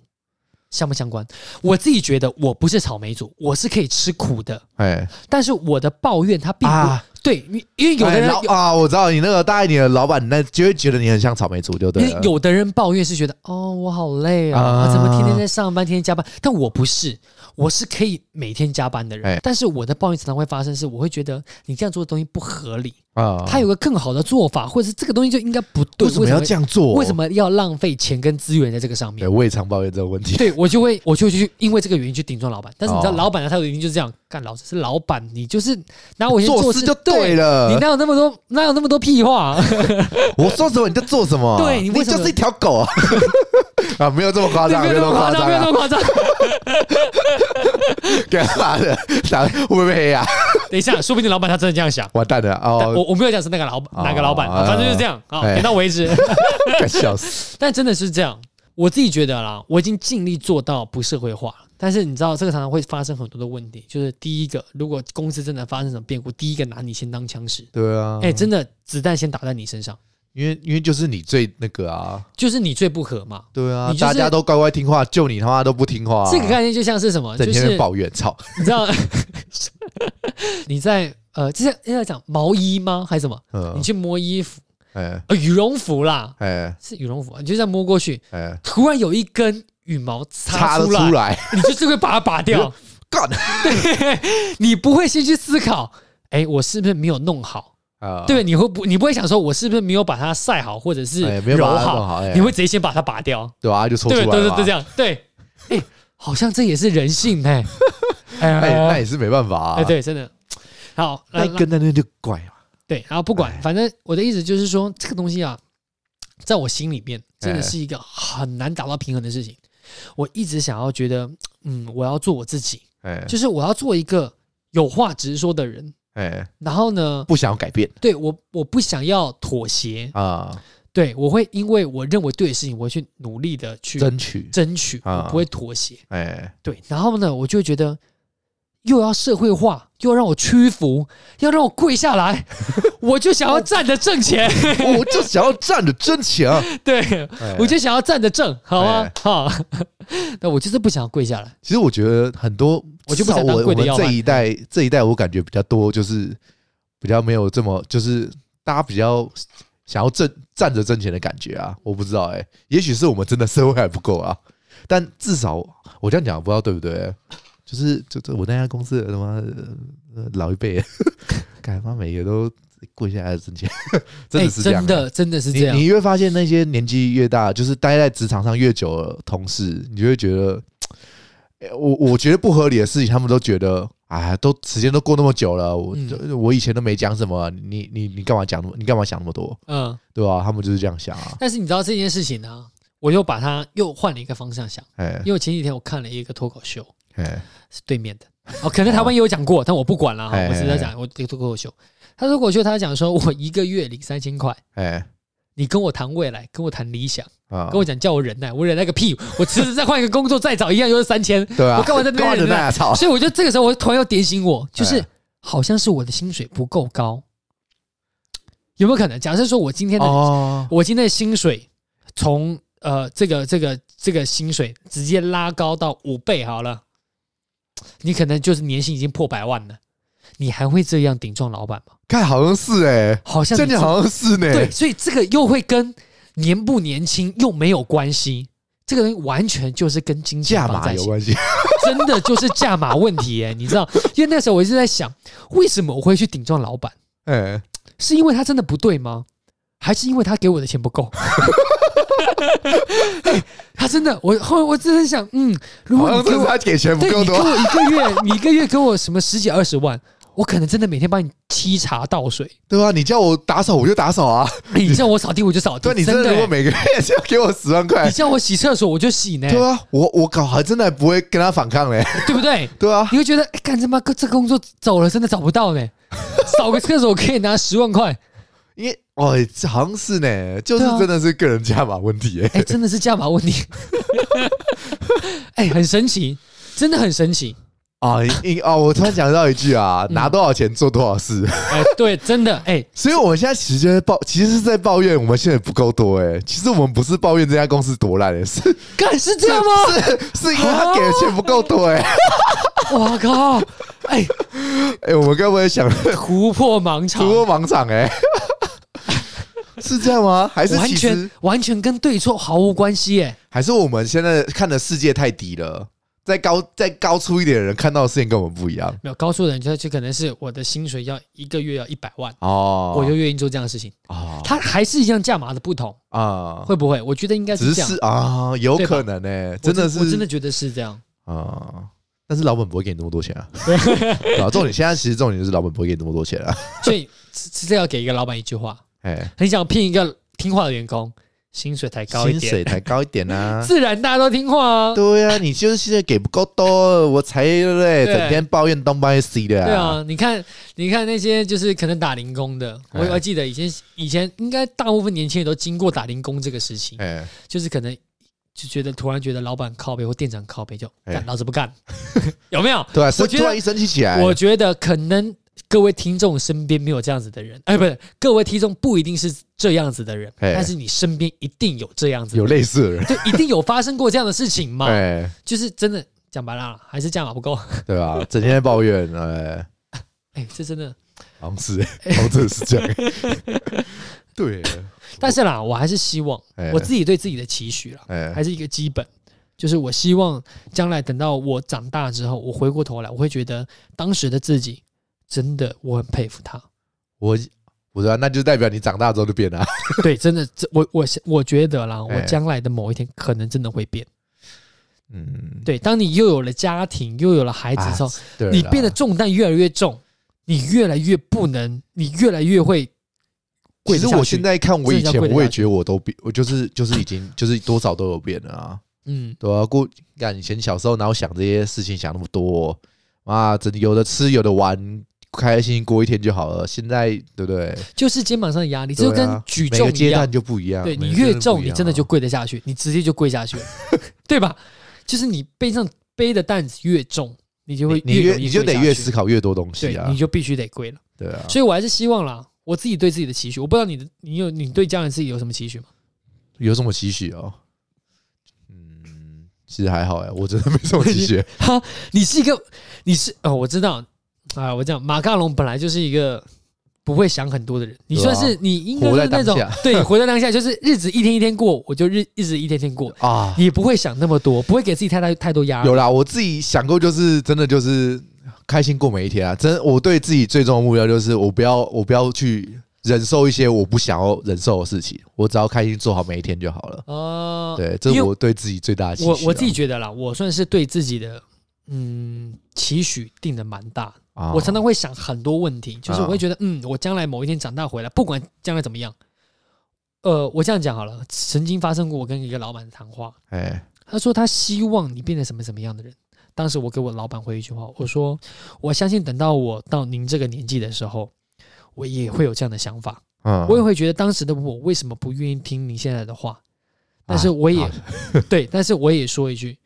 A: 相不相关？我自己觉得我不是草莓族，我是可以吃苦的，
B: 哎
A: 但是我的抱怨它并不、
B: 啊
A: 对，你因为有的
B: 哎
A: 人
B: 老啊，我知道你那个大概你的老板，那就会觉得你很像草莓族，就
A: 因
B: 对
A: 为
B: 了。
A: 有的人抱怨是觉得哦，我好累啊，
B: 啊
A: 我怎么天天在上班，天天加班？但我不是，我是可以每天加班的人。
B: 哎
A: 但是我的抱怨常常会发生是，我会觉得你这样做的东西不合理，
B: 啊，
A: 他有个更好的做法，或者是这个东西就应该不对，
B: 为什么要这
A: 样？
B: 样做？
A: 为什？么要浪费钱跟资源在这个上
B: 对，
A: 面？
B: 我也常抱怨这个问题。
A: 对我就会，我就会去因为这个原因去顶撞老板。但是你知道，
B: 哦
A: 老板的态度一定就是这样，干老子是老板，你就是拿 我先
B: 做
A: 事
B: 事就对。
A: 你
B: 了。
A: 哪有那么多哪有那么多屁话、
B: 我说什么你就做什么。
A: 对你
B: 你
A: 为什么
B: 就是一条狗 啊！啊，没有这么夸张，
A: 没
B: 没
A: 有
B: 有
A: 那
B: 这
A: 么
B: 么
A: 夸张，
B: 夸张
A: 没有
B: 啊！
A: 那么夸张。
B: 干嘛的？打会不会被 黑啊？
A: 等一下，说不定老板他真的这样想。
B: 完蛋了
A: 但我
B: 哦！
A: 我没有讲是那个老板
B: 哦
A: 哪个老板，
B: 哦
A: 反正就是这样啊，
B: 哎
A: 点到为止。
B: 干笑死！
A: 但真的是这样，我自己觉得啦，我已经尽力做到不社会化了。但是你知道，这个常常会发生很多的问题，就是第一个，如果公司真的发生什么变故，第一个拿你先当枪使，
B: 对啊，
A: 哎、真的子弹先打在你身上，
B: 因为因为就是你最那个啊，
A: 就是你最不合嘛。
B: 对啊，
A: 你就是
B: 大家都乖乖听话，就你他妈都不听话、
A: 这个概念就像是什么，
B: 整
A: 就
B: 天
A: 是
B: 在抱怨，操！
A: 你知道， 你在呃，这是要讲毛衣吗？还是什么？你
B: 嗯，
A: 去摸衣服，
B: 哎
A: 呃，羽绒服啦，
B: 哎
A: 是羽绒服啊，你就这样摸过去，
B: 哎，
A: 突然有一根羽毛
B: 插
A: 插
B: 得
A: 出来，
B: 出来，
A: 你就是会把它拔掉。
B: 干
A: 你不会先去思考，哎、我是不是没有弄好？
B: 啊！
A: 对，你会不？你不会想说我是不是没有把它晒好，或者是
B: 哎没有
A: 揉
B: 把它弄
A: 好？
B: 好哎
A: 你会直接先把它拔掉。
B: 对啊，就抽出来
A: 对对
B: 了嘛。
A: 对对，这样对。哎、好像这也是人性 哎、哎
B: 哎，那
A: 哎
B: 也是没办法啊
A: 哎，。对，真的。好，
B: 那
A: 那
B: 一根在那就怪嘛。
A: 对，然后不管
B: 哎，
A: 反正我的意思就是说，这个东西啊，在我心里面真的
B: 哎
A: 是一个很难达到平衡的事情。我一直想要觉得，嗯，我要做我自己，
B: 哎
A: 就是我要做一个有话直说的人。
B: 哎，
A: 然后呢，
B: 不想要改变
A: 对我我不想要妥协，
B: 啊，
A: 对我会因为我认为对的事情，我会去努力的去
B: 争取。
A: 争取，
B: 啊
A: 我不会妥协。
B: 哎，
A: 对，然后呢，我就会觉得又要社会化，又要让我屈服，要让我跪下来， 我就想要站着挣钱。
B: 哦我就想要站着争前。
A: 对，
B: 哎
A: 我就想要站着挣，好吗
B: 哎？
A: 好， 那我就是不想要跪下来。
B: 其实我觉得很多，
A: 我就不
B: 至少
A: 想当
B: 我
A: 贵
B: 我
A: 的
B: 们
A: 要饭
B: 这一代这一代，我感觉比较多，就是比较没有这么，就是大家比较想要挣站着挣钱的感觉啊。我不知道哎、也许是我们真的社会还不够啊，但至少我这样讲，不知道对不对？就是就就我那家公司的他妈呃老一辈， 感觉他妈每个都跪下来挣钱， 真
A: 哎
B: 的是这样、啊
A: 真的真的是这样
B: 你。你越发现那些年纪越大，就是待在职场上越久的同事，你就会觉得，诶我我觉得不合理的事情，他们都觉得，哎，都时间都过那么久了，我、
A: 嗯
B: 就我以前都没讲什么，啊你你你干嘛讲那么，你干嘛想那么多，
A: 嗯，
B: 对吧、他们就是这样想啊，
A: 但是你知道这件事情呢，我又把它又换了一个方向想，
B: 哎
A: 因为前几天我看了一个脱口秀，
B: 哎
A: 是对面的。哦，可能台湾也有讲过，但我不管了哈，
B: 哎
A: 我只是在讲我这个脱口秀。他脱口秀，他讲说 我一个月领三千块，
B: 哎
A: 你跟我谈未来，跟我谈理想，
B: 啊
A: 跟，我讲叫我忍耐，我忍耐个屁！我辞职再换一个工作，再找一样又是三千，
B: 对啊
A: 我，干嘛在 那
B: 干嘛
A: 边忍
B: 忍耐
A: 耐？
B: 啊，操！
A: 所以我觉得这个时候，我突然要点醒我，就是
B: 哎
A: 好像是我的薪水不够高，有没有可能？假设说我今天的、
B: 哦，
A: 我今天的薪水从呃这个这个这个薪水直接拉高到五倍好了，你可能就是年薪已经破百万了，你还会这样顶撞老板吗？
B: 看好像是哎、
A: 好像
B: 真
A: 你
B: 的好像哎是呢、
A: 对，所以这个又会跟年不年轻又没有关系。这个东西完全就是跟金钱
B: 价
A: 绑
B: 码
A: 在一起
B: 有，关系，
A: 真的就是价码问题耶，你知道？ 因为那时候我一直在想，为什么我会去顶撞老板？
B: 哎，
A: 是因为他真的不对吗？还是因为他给我的钱不够？ 哎他真的，我后来我真的想，嗯，如
B: 好
A: 果
B: 像
A: 你给
B: 真
A: 我
B: 是他给钱不
A: 对
B: 够
A: 你给
B: 多，
A: 我一个月，你一个月给我什么十几二十万，我可能真的每天帮你沏茶倒水，
B: 对吧、你叫我打扫我就打扫啊，
A: 你叫我扫地我就扫地，
B: 对你真
A: 真
B: 的如果
A: 耶
B: 每个月就要给我十万块
A: 你，叫我洗厕所我就洗呢，
B: 对啊，我我搞还真的不会跟他反抗嘞，
A: 对不对？
B: 对啊，
A: 你会觉得，哎，干他妈这工作走了真的找不到呢，扫个厕所可以拿十万块，
B: 因为哦，这好像是呢，就是
A: 对啊
B: 真的是个人价码问题哎、
A: 哎、真的是价码问题， 哎、很神奇，真的很神奇，
B: 啊，因因哦，我突然想到一句啊，
A: 哎嗯
B: 拿多少钱做多少事，
A: 哎、对，真的，哎、
B: 所以我们现在其实就在抱，其实是在抱怨我们现在不够多哎、其实我们不是抱怨这家公司多烂哎、 是
A: 干 是这样吗？
B: 是是因为他给的钱不够多哎、
A: 啊我靠，哎、
B: 哎、我们该不 会想
A: 突破盲场
B: 突，破盲场哎、 是这样吗？还是
A: 完
B: 其实
A: 全完全跟对错毫无关系、哎，
B: 还是我们现在看的世界太低了？再高再高出一点的人看到的事情跟我们不一样
A: 没有告诉人家，就可能是我的薪水要一个月要一百万，
B: 哦。
A: 我就愿意做这样的事情，
B: 啊
A: 它还是一样价码的不同，
B: 啊，
A: 会不会？我觉得应该
B: 只
A: 是这样，
B: 是啊，有
A: 对吧
B: 可能哎、
A: 我
B: 真的是
A: 我真的觉得是这样。
B: 啊。但是老板不会给你那么多 钱啊！对啊，重点现在其实重点就是老板不会给你那么多钱 啊！
A: 所以这这这要给一个老板一句话：
B: 哎，
A: 很想聘一个听话的员工，薪水抬高一
B: 薪
A: 点，
B: 水才高一点 啊！
A: 自然大家都听话啊。
B: 对啊，你就是现在给不够多，我才对不对？
A: 对
B: 整天抱怨东抱怨西的、
A: 对，啊，你看，你看那些就是可能打零工的，我
B: 哎
A: 我还记得以前以前应该大部分年轻人都经过打零工这个时期，
B: 哎，
A: 就是可能就觉得突然觉得老板靠背或店长靠背就
B: 哎
A: 干，老子不 干，有没有？
B: 对啊，
A: 我
B: 生
A: 觉
B: 突
A: 得
B: 然一生气起来，
A: 我觉得可能各位听众身边没有这样子的人，哎，不是，各位听众不一定是这样子的人，
B: 哎
A: 但是你身边一定有这样子的
B: 有
A: 人
B: 类似的人，
A: 就一定有发生过这样的事情嘛？
B: 哎，
A: 就是真的讲白了，啊还是价码不够。
B: 对吧？整天在抱怨，哎，
A: 哎、这真的，
B: 好像是， 好像真的是 这样，对，
A: 但是啦，我还是希望
B: 哎
A: 我自己对自己的期许啦，
B: 哎
A: 还是一个基本，就是我希望将来等到我长大之后，我回过头来，我会觉得当时的自己真的我很佩服 他。
B: 我我啊说那就代表你长大之后就变了啊，
A: 对，真的，这我我我觉得啦，
B: 哎
A: 我将来的某一天可能真的会变。
B: 嗯，
A: 对，当你又有了家庭，又有了孩子
B: 啊
A: 之后，
B: 对啦，
A: 你变得重担越来越重，你越来越不能，你越来越会
B: 其
A: 跪
B: 实
A: 得下去。
B: 我现在看我以
A: 真的
B: 前
A: 叫，跪得
B: 我也
A: 下去
B: 觉得我都变，我就是就是已经就是多少都有变了啊。
A: 嗯，
B: 对啊，过干以前小时候哪有想这些事情想那么多啊？真的有的吃有的玩，开开心心过一天就好了。现在对不对？
A: 就是肩膀上的压力，这就
B: 对
A: 跟
B: 啊
A: 举
B: 每个
A: 重一
B: 阶
A: 样
B: 段。就不一样。
A: 对
B: 每
A: 你
B: 个阶
A: 越
B: 段
A: 重，
B: 不一
A: 你
B: 样啊
A: 真的就跪得下去，你直接就跪下 去了，对吧？就是你背上背的担子越重，你就会
B: 你越
A: 容易
B: 你就
A: 跪
B: 得
A: 下
B: 越
A: 去
B: 思考越多东西
A: 对，
B: 啊
A: 你。就必须得跪了。
B: 对啊，
A: 所以我还是希望啦，我自己对自己的期许，我不知道你的你有你对家人自己有什么期许吗？
B: 有什么期许哦？嗯，其实还好哎，我真的没什么 期许。
A: 哈，你是一个你是哦，我知道啊，我讲马卡龙本来就是一个。不会想很多的人，你
B: 对啊
A: 算是你应该是那种
B: 活在当
A: 对，活在当下，就是日子一天一天过，我就日日子一天天 过，
B: 啊，
A: 也不会想那么多，不会给自己太大太多压力。
B: 有啦，我自己想过，就是真的就是开心过每一天啊。真，我对自己最终的目标就是我不要我不要去忍受一些我不想要忍受的事情，我只要开心做好每一天就好了。
A: 哦，
B: 对，这
A: 因为
B: 是我对自己最大的期许啊、
A: 我我自己觉得啦，我算是对自己的嗯期许定的蛮大的。
B: 啊
A: 我常常会想很多问题，就是
B: 啊
A: 我会觉得，嗯，我将来某一天长大回来，不管将来怎么样，呃，我这样讲好了，曾经发生过我跟一个老板的谈话，
B: 哎
A: 他说他希望你变成什么什么样的人。当时我给我老板回一句话，我说我相信等到我到您这个年纪的时候，我也会有这样的想法，
B: 嗯
A: 我也会觉得当时的我为什么不愿意听您现在的话，但是我也
B: 啊
A: 对，但是我也说一句，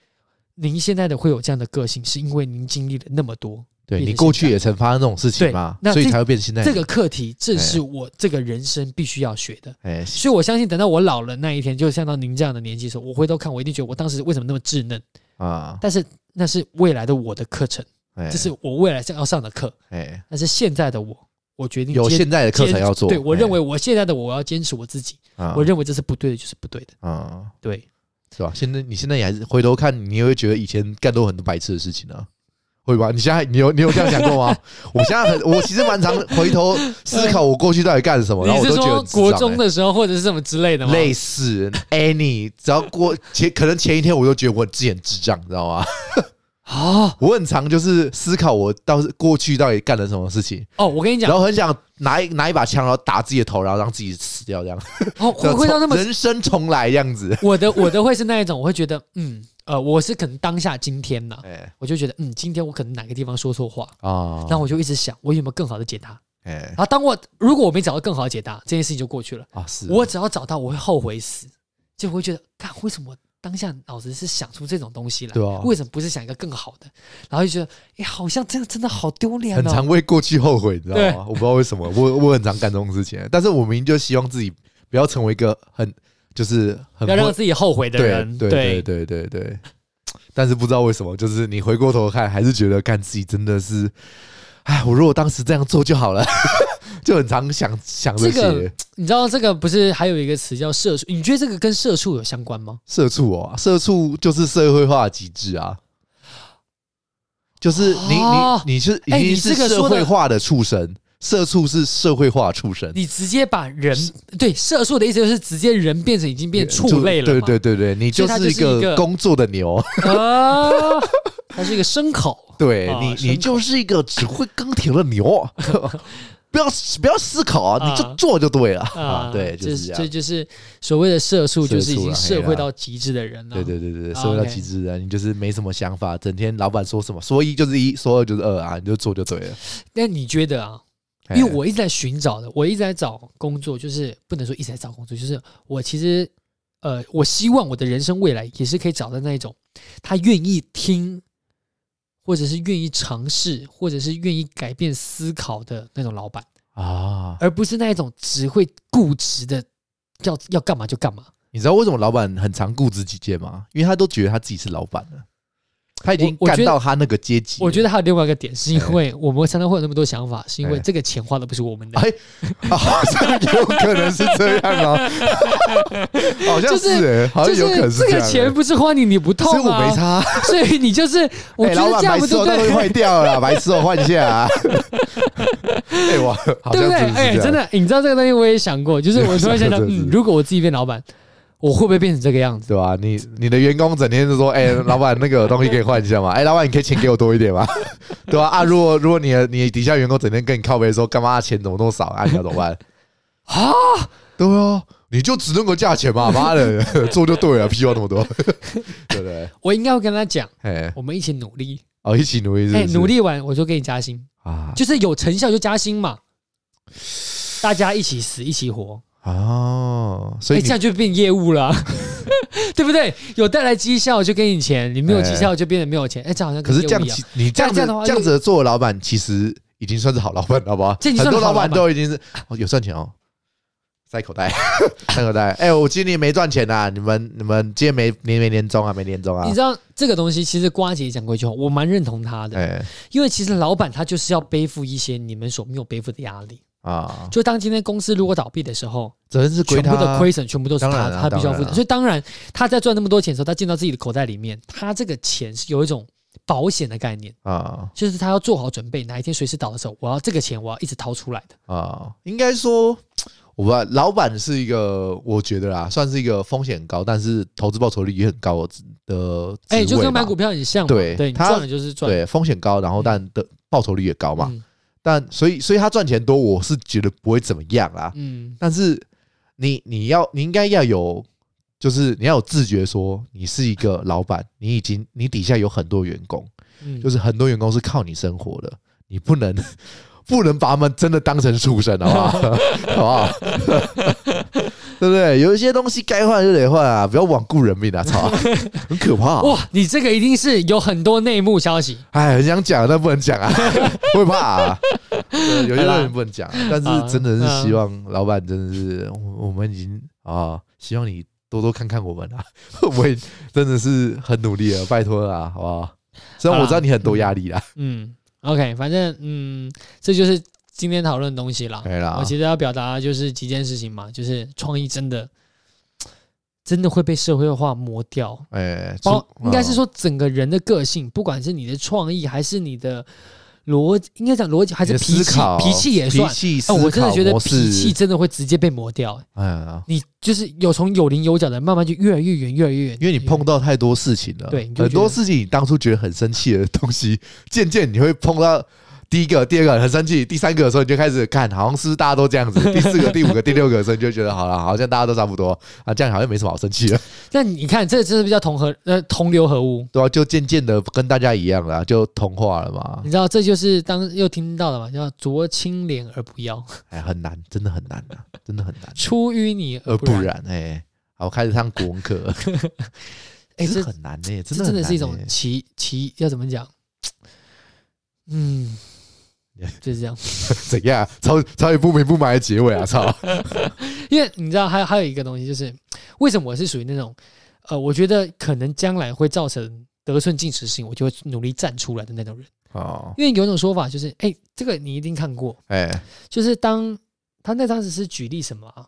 A: 您现在的会有这样的个性，是因为您经历了那么多。
B: 对
A: 变
B: 你
A: 成
B: 过
A: 现
B: 去
A: 在
B: 也曾发生这种事情
A: 对
B: 嘛，
A: 那
B: 所以
A: 这
B: 才会变成现在
A: 这个课题正是我这个人生必须要学的。
B: 哎
A: 所以我相信，等到我老了那一天，就像到您这样的年纪的时候，我回头看，我一定觉得我当时为什么那么稚嫩。
B: 啊
A: 但是那是未来的我的课程，
B: 哎
A: 这是我未来要上的课。
B: 哎
A: 但是现在的我，我决定
B: 有
A: 坚
B: 现在的课程
A: 坚
B: 要做，
A: 对我
B: 哎
A: 认为我现在的我要坚持我自己，
B: 啊
A: 我认为这是不对的，就是不对的。
B: 啊
A: 对，
B: 是吧？现在你现在也还是回头看，你也会觉得以前干都很多白痴的事情啊，会吧？你现在你有你有这样想 过吗？我现在很我其实蛮常回头思考我过去到底干什么，然后
A: 你
B: 我
A: 是
B: 都觉得
A: 说
B: 很智障
A: 国中
B: 欸
A: 的时候，或者是什么之类的吗？
B: 类似 any，只要过前可能前一天我就觉得我自己很智障，你知道吗？
A: 啊
B: 我很常就是思考我到底过去到底干了什么事情，
A: 哦，我跟你讲
B: 然，后很想拿一拿一把枪，然后打自己的头，然后让自己死掉，这样
A: 哦，会会到那么
B: 人生重来这样子。
A: 我的我的会是那一种，我会觉得嗯呃，我是可能当下今天呐、
B: 哎
A: 我就觉得嗯，今天我可能哪个地方说错话，
B: 啊
A: 然后我就一直想，我有没有更好的解答？
B: 哎
A: 然后当我如果我没找到更好的解答，这件事情就过去了。
B: 啊是，
A: 我只要找到，我会后悔死，就会觉得，看为什么当下脑子是想出这种东西来？
B: 对啊
A: 为什么不是想一个更好的？然后就觉得，哎、好像这样真的好丢脸
B: 很常
A: 哦。
B: 为过去后悔，你知道
A: 对
B: 吗？我不知道为什么，我我很常干这种事情，但是我明明就希望自己不要成为一个很就是很
A: 不要让自己后悔的
B: 对
A: 人，
B: 对对对对对，但是不知道为什么，就是你回过头看，还是觉得干自己真的是，哎，我如果当时这样做就好了， 就很常想想这
A: 这个
B: 些
A: 你知道这个不是还有一个词叫社畜？你觉得这个跟社畜有相关吗？
B: 社畜哦，社畜就是社会化的极致啊。就是你、
A: 哦
B: 你你是已
A: 哎你
B: 经
A: 这
B: 是
A: 个
B: 社
A: 说得
B: 会化的畜生，社畜是社会化的畜生，
A: 你直接把人对社畜的意思就是直接人变成已经变畜类了
B: 对
A: 嘛？
B: 对对对，你
A: 所以
B: 就
A: 它
B: 是一
A: 就是一个
B: 个工作 的牛，
A: 啊，它是一个牲口。
B: 对
A: 啊
B: 你
A: 牲
B: 你就是一个只会耕田 的牛，不要不要思考啊，你
A: 啊
B: 就做就对了
A: 啊
B: 啊，，对，就是是这
A: 这
B: 样，
A: 就是所谓的社畜，
B: 社畜
A: 就
B: 啦
A: 是已经社会到极致的人了。
B: 哎对对对对，
A: 啊
B: 社会到
A: OK
B: 极致的，你就是没什么想法，整天老板说什么说一就是一，说二就是二啊，你就做就对了，
A: 那你觉得啊？
B: 嘿
A: 因为我一直在寻找的，我一直在找工作，就是不能说一直在找工作，就是我其实呃，我希望我的人生未来也是可以找到那一种他愿意听，或者是愿意尝试，或者是愿意改变思考的那种老板，
B: 啊，
A: 而不是那一种只会固执的要要干嘛就干嘛。
B: 你知道为什么老板很常固执己见吗？因为他都觉得他自己是老板了，他已经
A: 我我觉
B: 干
A: 得
B: 到他那个阶级了，
A: 我觉得还有另外一个点，是因为我们常常会有那么多想法，是因为这个钱花的不是我们的
B: 哎。啊，哎好像有可能是这样哦， 好像
A: 就是
B: 是欸，好
A: 就
B: 像有可能
A: 是这
B: 这
A: 个
B: 样欸
A: 钱，不是花你，你不痛
B: 所以我
A: 啊，
B: 没差。
A: 所以你就是，我
B: 哎
A: 觉
B: 老
A: 得
B: 板
A: 这样
B: 白
A: 不
B: 痴
A: 对
B: 哦，
A: 不
B: 那东西
A: 对？
B: 坏 掉了啦，白痴哦，换一下啊。哎，我好
A: 对
B: 像
A: 不对
B: 真？的
A: 哎、
B: 是这
A: 真
B: 样。
A: 的，你知道这个东西我也想过， 就是我突然想到，
B: 是是是
A: 嗯，如果我自己变老板，我会不会变成这个样子？
B: 对吧？你你的员工整天就 说：“哎、老板，那个东西可以换一下吗？哎、老板，你可以钱给我多一点吗？” 对吧？啊，如果如果你的你底下员工整天跟你靠背说：“干嘛钱怎么那么少啊？”你要怎么办？
A: 啊，
B: 对啊，你就只那个价钱嘛，妈 的，做就对了，屁话那么多， 对不对？
A: 我应该会跟他讲，
B: 哎，
A: 我们一起努力，
B: 哦，一起努力是不
A: 哎、
B: 是
A: 努力完我就给你加薪，
B: 啊
A: 就是有成效就加薪嘛，大家一起死一起活，
B: 哦，所
A: 哎、
B: 以
A: 这
B: 你
A: 样就变业务了，啊 对不对？有带来绩效就给你钱，你没有绩效就变得没有钱，哎、这好像
B: 可
A: 跟业
B: 是
A: 务
B: 这样
A: 一样
B: 其，你这样
A: 这
B: 子
A: 样的话
B: 这样子的做老板，其实已经算是好老板了，好不好？
A: 这已经
B: 很
A: 算是
B: 多
A: 好
B: 老
A: 老板
B: 板都已经是哦有赚钱哦，塞口袋， 塞口袋。哎，我今年没赚钱啊呐，你们你们今年没年没年终啊，没年终啊
A: 你？知道这个东西，其实瓜姐讲过一句话，我蛮认同她的，
B: 哎
A: 因为其实老板他就是要背负一些你们所没有背负的压力。
B: 啊，
A: 就当今天公司如果倒闭的时候，
B: 责任是归
A: 全部
B: 他
A: 的
B: 啊
A: 亏损全部都是
B: 当
A: 他，
B: 然啊
A: 他必须要负
B: 当然
A: 责。
B: 啊
A: 所以当然，他在赚那么多钱的时候，他进到自己的口袋里面，他这个钱是有一种保险的概念，
B: 啊
A: 就是他要做好准备，哪一天随时倒的时候，我要这个钱我要一直掏出来的。
B: 啊，应该说。我吧，老板是一个，我觉得啦，算是一个风险很高，但是投资报酬率也很高的职的职
A: 哎、就
B: 位
A: 跟
B: 吧
A: 买股票很像嘛，
B: 对
A: 对，你
B: 他
A: 赚了就是赚，
B: 对风险高，然后但的报酬率也高嘛。
A: 嗯
B: 但所以所以他赚钱多，我是觉得不会怎么样啦。
A: 嗯，
B: 但是你你要你应该要有，就是你要有自觉，说你是一个老板，你已经你底下有很多员工，
A: 嗯
B: 就是很多员工是靠你生活的，你不能 不能把他们真的当成畜生，好不 好？好不好？对不对？有一些东西该换就得换啊，不要罔顾人命啊！ 操，很可怕、啊
A: 哇，你这个一定是有很多内幕消息。
B: 哎，很想讲，但不 能讲啊，会怕、啊。对有些
A: 好啦
B: 人不能讲，但
A: 啊
B: 是真的是希望老板真的是，我我们已经啊，希望你多多看看我们啊， 我们真的是很努力了，拜托了啊，好不好？虽然
A: 好啦
B: 我知道你很多压力啦，
A: 嗯，OK，反正嗯，这就是今天讨论的东西啦。
B: 对啊啦
A: 我其实要表达就是几件事情嘛，就是创意真的真的会被社会化磨掉，
B: 哎，
A: 包
B: 出
A: 应该是，说整个人的个性，不管是你的创意还是你的逻，应该讲逻辑还
B: 你
A: 是
B: 的
A: 脾
B: 思
A: 气
B: 考，，
A: 脾气也
B: 啊脾
A: 算。
B: 气思
A: 哦，
B: 考模式，
A: 我真的觉得脾气真的会直接被磨掉、欸
B: 哎呀，
A: 你就是有从有棱有角的，慢慢就越来越远，越来越远，
B: 因为你碰到太多事情了，
A: 对你就
B: 很多
A: 觉得
B: 事情你当初觉得很生气的东西，渐渐你会碰到第一个、第二个很生气，第三个的时候你就开始看，好像是不是大家都 这样子？第四个、第五个、第六个的时候你就觉得好了，好像大家都差不多啊，这样好像没什么好生气的，
A: 那你看，这真是比较同和呃同流合污。
B: 对吧、啊就渐渐的跟大家一样啦，就同化了嘛
A: 你，知道，这就是当又听到了嘛，叫濯清涟而不妖，
B: 哎，很难，真的很难啊，真的很难，
A: 出淤泥而
B: 呃，
A: 不
B: 不
A: 染。
B: 然哎、好，开始上国文课，
A: 哎、
B: 哎、这
A: 这
B: 很难呢、
A: 这
B: 真的
A: 真
B: 很
A: 的是一
B: 难
A: 种
B: 欸
A: 奇奇，要怎么讲？嗯，就是这样。
B: 怎样超超越不明不白的结尾啊！操，
A: 因为你知道，还有还有一个东西，就是为什么我是属于那种，呃，我觉得可能将来会造成得寸进尺的事情，我就会努力站出来的那种人。
B: 哦，
A: 因为有一种说法就是，哎、这个你一定看过，
B: 哎、
A: 就是当他那当时是举例什么啊？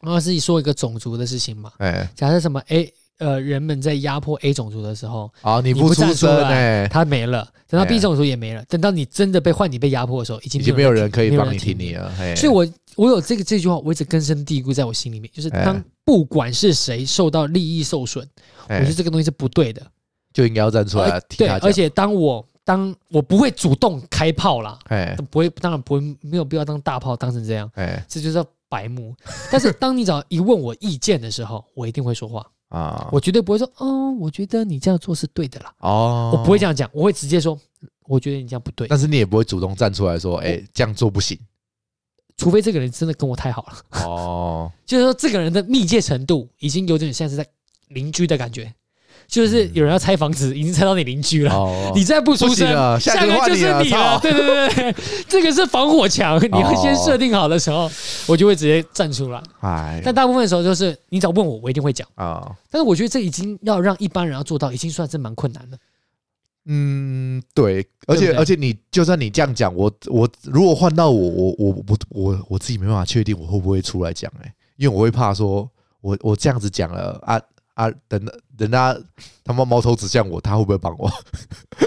A: 然后是说一个种族的事情嘛，
B: 哎、
A: 假设什么 A 呃人们在压迫 A 种族的时候，
B: 好，你
A: 你
B: 不
A: 不
B: 出
A: 站出
B: 声哎、
A: 来他没了，等到
B: 哎
A: B 种族也没了，等到你真的被换你被压迫的时候，已经
B: 已经没有人可以
A: 没有
B: 帮
A: 人
B: 你
A: 听
B: 听你了，哎、
A: 所以我我有这个这句话，我一直根深蒂固在我心里面，就是
B: 哎
A: 当不管是谁受到利益受损，
B: 哎
A: 我觉得这个东西是不对的。
B: 就应该要站出来
A: 而
B: 听
A: 对，
B: 他
A: 而
B: 讲，
A: 且当我当我不会主动开炮啦，
B: 哎
A: 不会，当然不会，没有必要当大炮当成这样，
B: 哎
A: 这就叫白目。 但是当你只要一问我意见的时候，我一定会说话，
B: 啊，
A: 我绝对不会说，哦，我觉得你这样做是对的啦，
B: 哦，
A: 我不会这，样讲，我会直接说，我觉得你这样不对，
B: 但是你也不会主动站出来说，哎、这样做不行
A: 除非这个人真的跟我太好了。
B: 哦，
A: 就是说这个人的密切程度已经有点像是在邻居的感觉，就是有人要拆房子，已经拆到你邻居了。
B: 嗯哦，
A: 你再不出
B: 不行
A: 声，
B: 了下
A: 下
B: 个
A: 个
B: 换
A: 就
B: 你
A: 是
B: 了
A: 你
B: 操哦
A: 了。对对对对，对 这个是防火墙，你要先设定好的时候，我就会直接站出来。
B: 哎
A: 但大部分的时候就是你只要问我，我一定会讲。
B: 啊，
A: 但是我觉得这已经要让一般人要做到，已经算是蛮困难的。
B: 嗯，对，而
A: 对
B: 且
A: 不对
B: 而且你就算你这样讲，我我如果换到我我我我我我自己没办法确定我会不会出来讲哎、欸因为我会怕说我我这样子讲了啊啊，等等他他妈矛头指向我，他会不会帮我？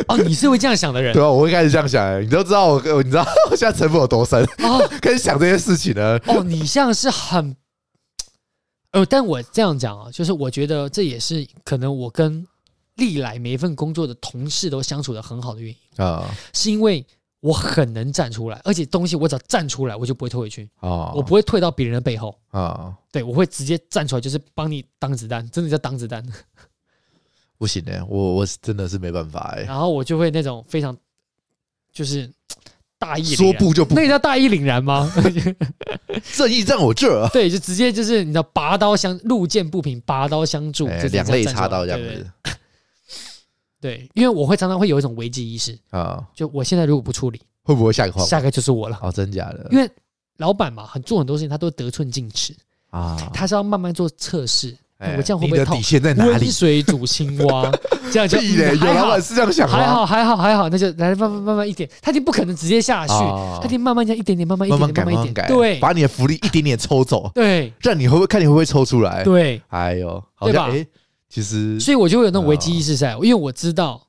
A: 哦，你是会这样想的人
B: 对啊，我会开始这样想、欸，你都知道我你知道我现在城府有多深，
A: 哦
B: 开始想这些事情了。
A: 哦，你像是很，呃，但我这样讲啊，就是我觉得这也是可能我跟历来每一份工作的同事都相处的很好的原因，
B: 啊
A: 是因为我很能站出来，而且东西我只要站出来，我就不会退回去，
B: 啊，
A: 我不会退到别人的背后，
B: 啊，
A: 对我会直接站出来，就是帮你挡子弹，真的叫挡子弹。
B: 不行哎、欸我我是真的是没办法哎、欸
A: 然后我就会那种非常，就是大义
B: 说
A: 凛然，
B: 不就不
A: 啊那，个叫大义凛然吗？
B: 正义在我这儿啊，
A: 对，就直接就是你知道，拔刀相路见不平，拔刀相助，
B: 哎
A: 就
B: 两肋插刀
A: 到
B: 这样
A: 对
B: 子
A: 对，因为我会常常会有一种危机意识，
B: 啊，
A: 就我现在如果不处理，
B: 会不会下一个换我？
A: 下个就是我了。
B: 哦，真假的
A: 因为老板嘛，很做很多事情他都得寸进尺，
B: 啊，
A: 他是要慢慢做测试。
B: 哎
A: 我这样会不会
B: 你的
A: 痛
B: 底线在哪
A: 温
B: 里？
A: 水煮青蛙，这样就
B: 屁嘞，
A: 嗯
B: 有
A: 还
B: 老
A: 好
B: 板是这样想吗？
A: 还好还好还好，那就来慢慢慢慢一点，他已经不可能直接下去，
B: 哦
A: 他已经慢慢这样一点点，慢慢一
B: 慢
A: 点
B: 慢改，
A: 点，慢
B: 慢
A: 一点，
B: 慢改，
A: 对
B: 把你的福利一点点抽走，
A: 对
B: 让你会不会看你会不会抽出来？，
A: 对，
B: 哎呦，好
A: 对
B: 像
A: 吧
B: 哎，其实
A: 所以我就会有那
B: 啊
A: 种危机意识在，因为我知道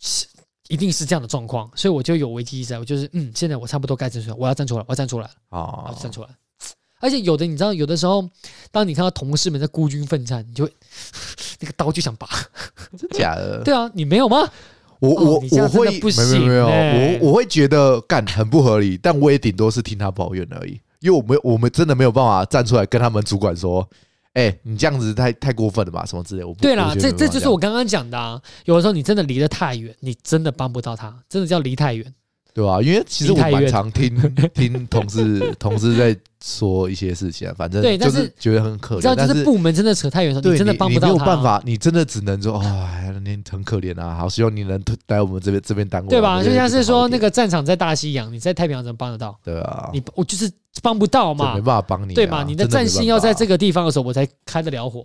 A: 是一定是这样的状况，所以我就有危机意识在，我就是嗯，现在我差不多该站出来，我要站出来，我要站出来，我要
B: 哦，
A: 站出来。而且有的你知道，有的时候，当你看到同事们在孤军奋战，你就会 那个刀就 想拔。
B: 真假的，
A: 对啊，你没有吗？
B: 我
A: 哦
B: 我
A: 你这样
B: 我
A: 真的
B: 会
A: 不
B: 没有
A: 行
B: 没有，
A: 欸
B: 我我会觉得干很不合理，但我也顶多是听他抱怨而已，因为我们我们真的没有办法站出来跟他们主管说。哎、你这样子太太过分了吧？什么之类，我不
A: 对
B: 我
A: 啦，
B: 觉得
A: 这
B: 没
A: 这
B: 办法
A: 就是我刚刚讲的啊。有的时候你真的离得太远，你真的帮不到他，真的叫离太远。
B: 对啊吧、因为其实我
A: 离太
B: 蛮
A: 远
B: 常听 听同事同事在说一些事情、啊，反正
A: 对
B: 就
A: 但
B: 是
A: 是
B: 觉得很可
A: 你
B: 怜，
A: 知道，
B: 但
A: 就是部门真的扯太远的时候，
B: 对
A: 你真的
B: 你
A: 帮不
B: 你
A: 到
B: 没有
A: 他，哦
B: 办法，你真的只能说，哎、你很可怜啊，好希望你能来我们这边这边当我们
A: 对吧？
B: 这
A: 就
B: 边
A: 像是
B: 更
A: 说
B: 好一
A: 那
B: 点
A: 个战场在大西洋，你在太平洋怎么帮得到？
B: 对啊，
A: 你我就是帮不到
B: 这
A: 嘛
B: 没，办法帮你、啊，
A: 对嘛？你的战线要在这
B: 个，
A: 个地方的时候，我才开得了火。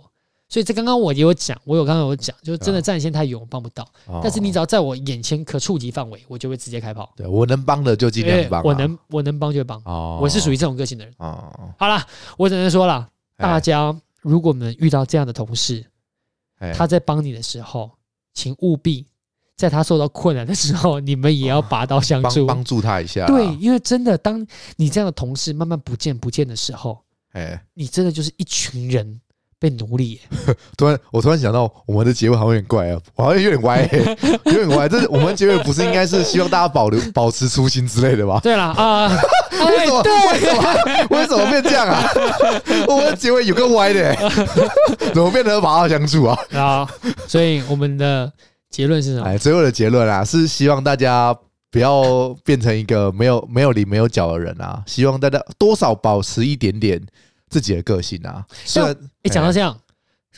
A: 所以这刚刚我也有讲，我有刚刚有讲，就是真
B: 对啊
A: 的战线太远，我帮不到。
B: 哦
A: 但是你只要在我眼前可触及范围，我就会直接开炮。
B: 对我能帮的就尽量帮啊、
A: 哎我能我能帮就帮，
B: 哦，
A: 我是属
B: 于
A: 于这种个性的人。
B: 哦，
A: 好啦，我只能说啦，
B: 哎
A: 大家如果我们遇到这样的同事，
B: 哎
A: 他在帮你的时候，请务必在他受到困难的时候，你们也要拔刀相
B: 帮
A: 助。
B: 帮助他一下啦，
A: 对，因为真的，当你这样的同事慢慢不见不见的时候，
B: 哎
A: 你真的就是一群人被奴隶耶、
B: 突然，我突然想到，我们的结尾好像有点怪啊，好像有点歪、 欸，有点歪。这是我们结尾不是应该是希望大家保留、 保持初心之类的吗？
A: 对啦 啊，
B: 为
A: 为
B: 什么？为什么？为什么变这 样啊？我们的结尾有个歪的、欸，怎么变得马二相处啊？
A: 好，所以我们的结论是什么？
B: 哎，最后的结论啊，是希望大家不要变成一个没有没有理没有脚的人啊，希望大家多少保持一点点自己的个性啊。虽然
A: 哎、讲到这样，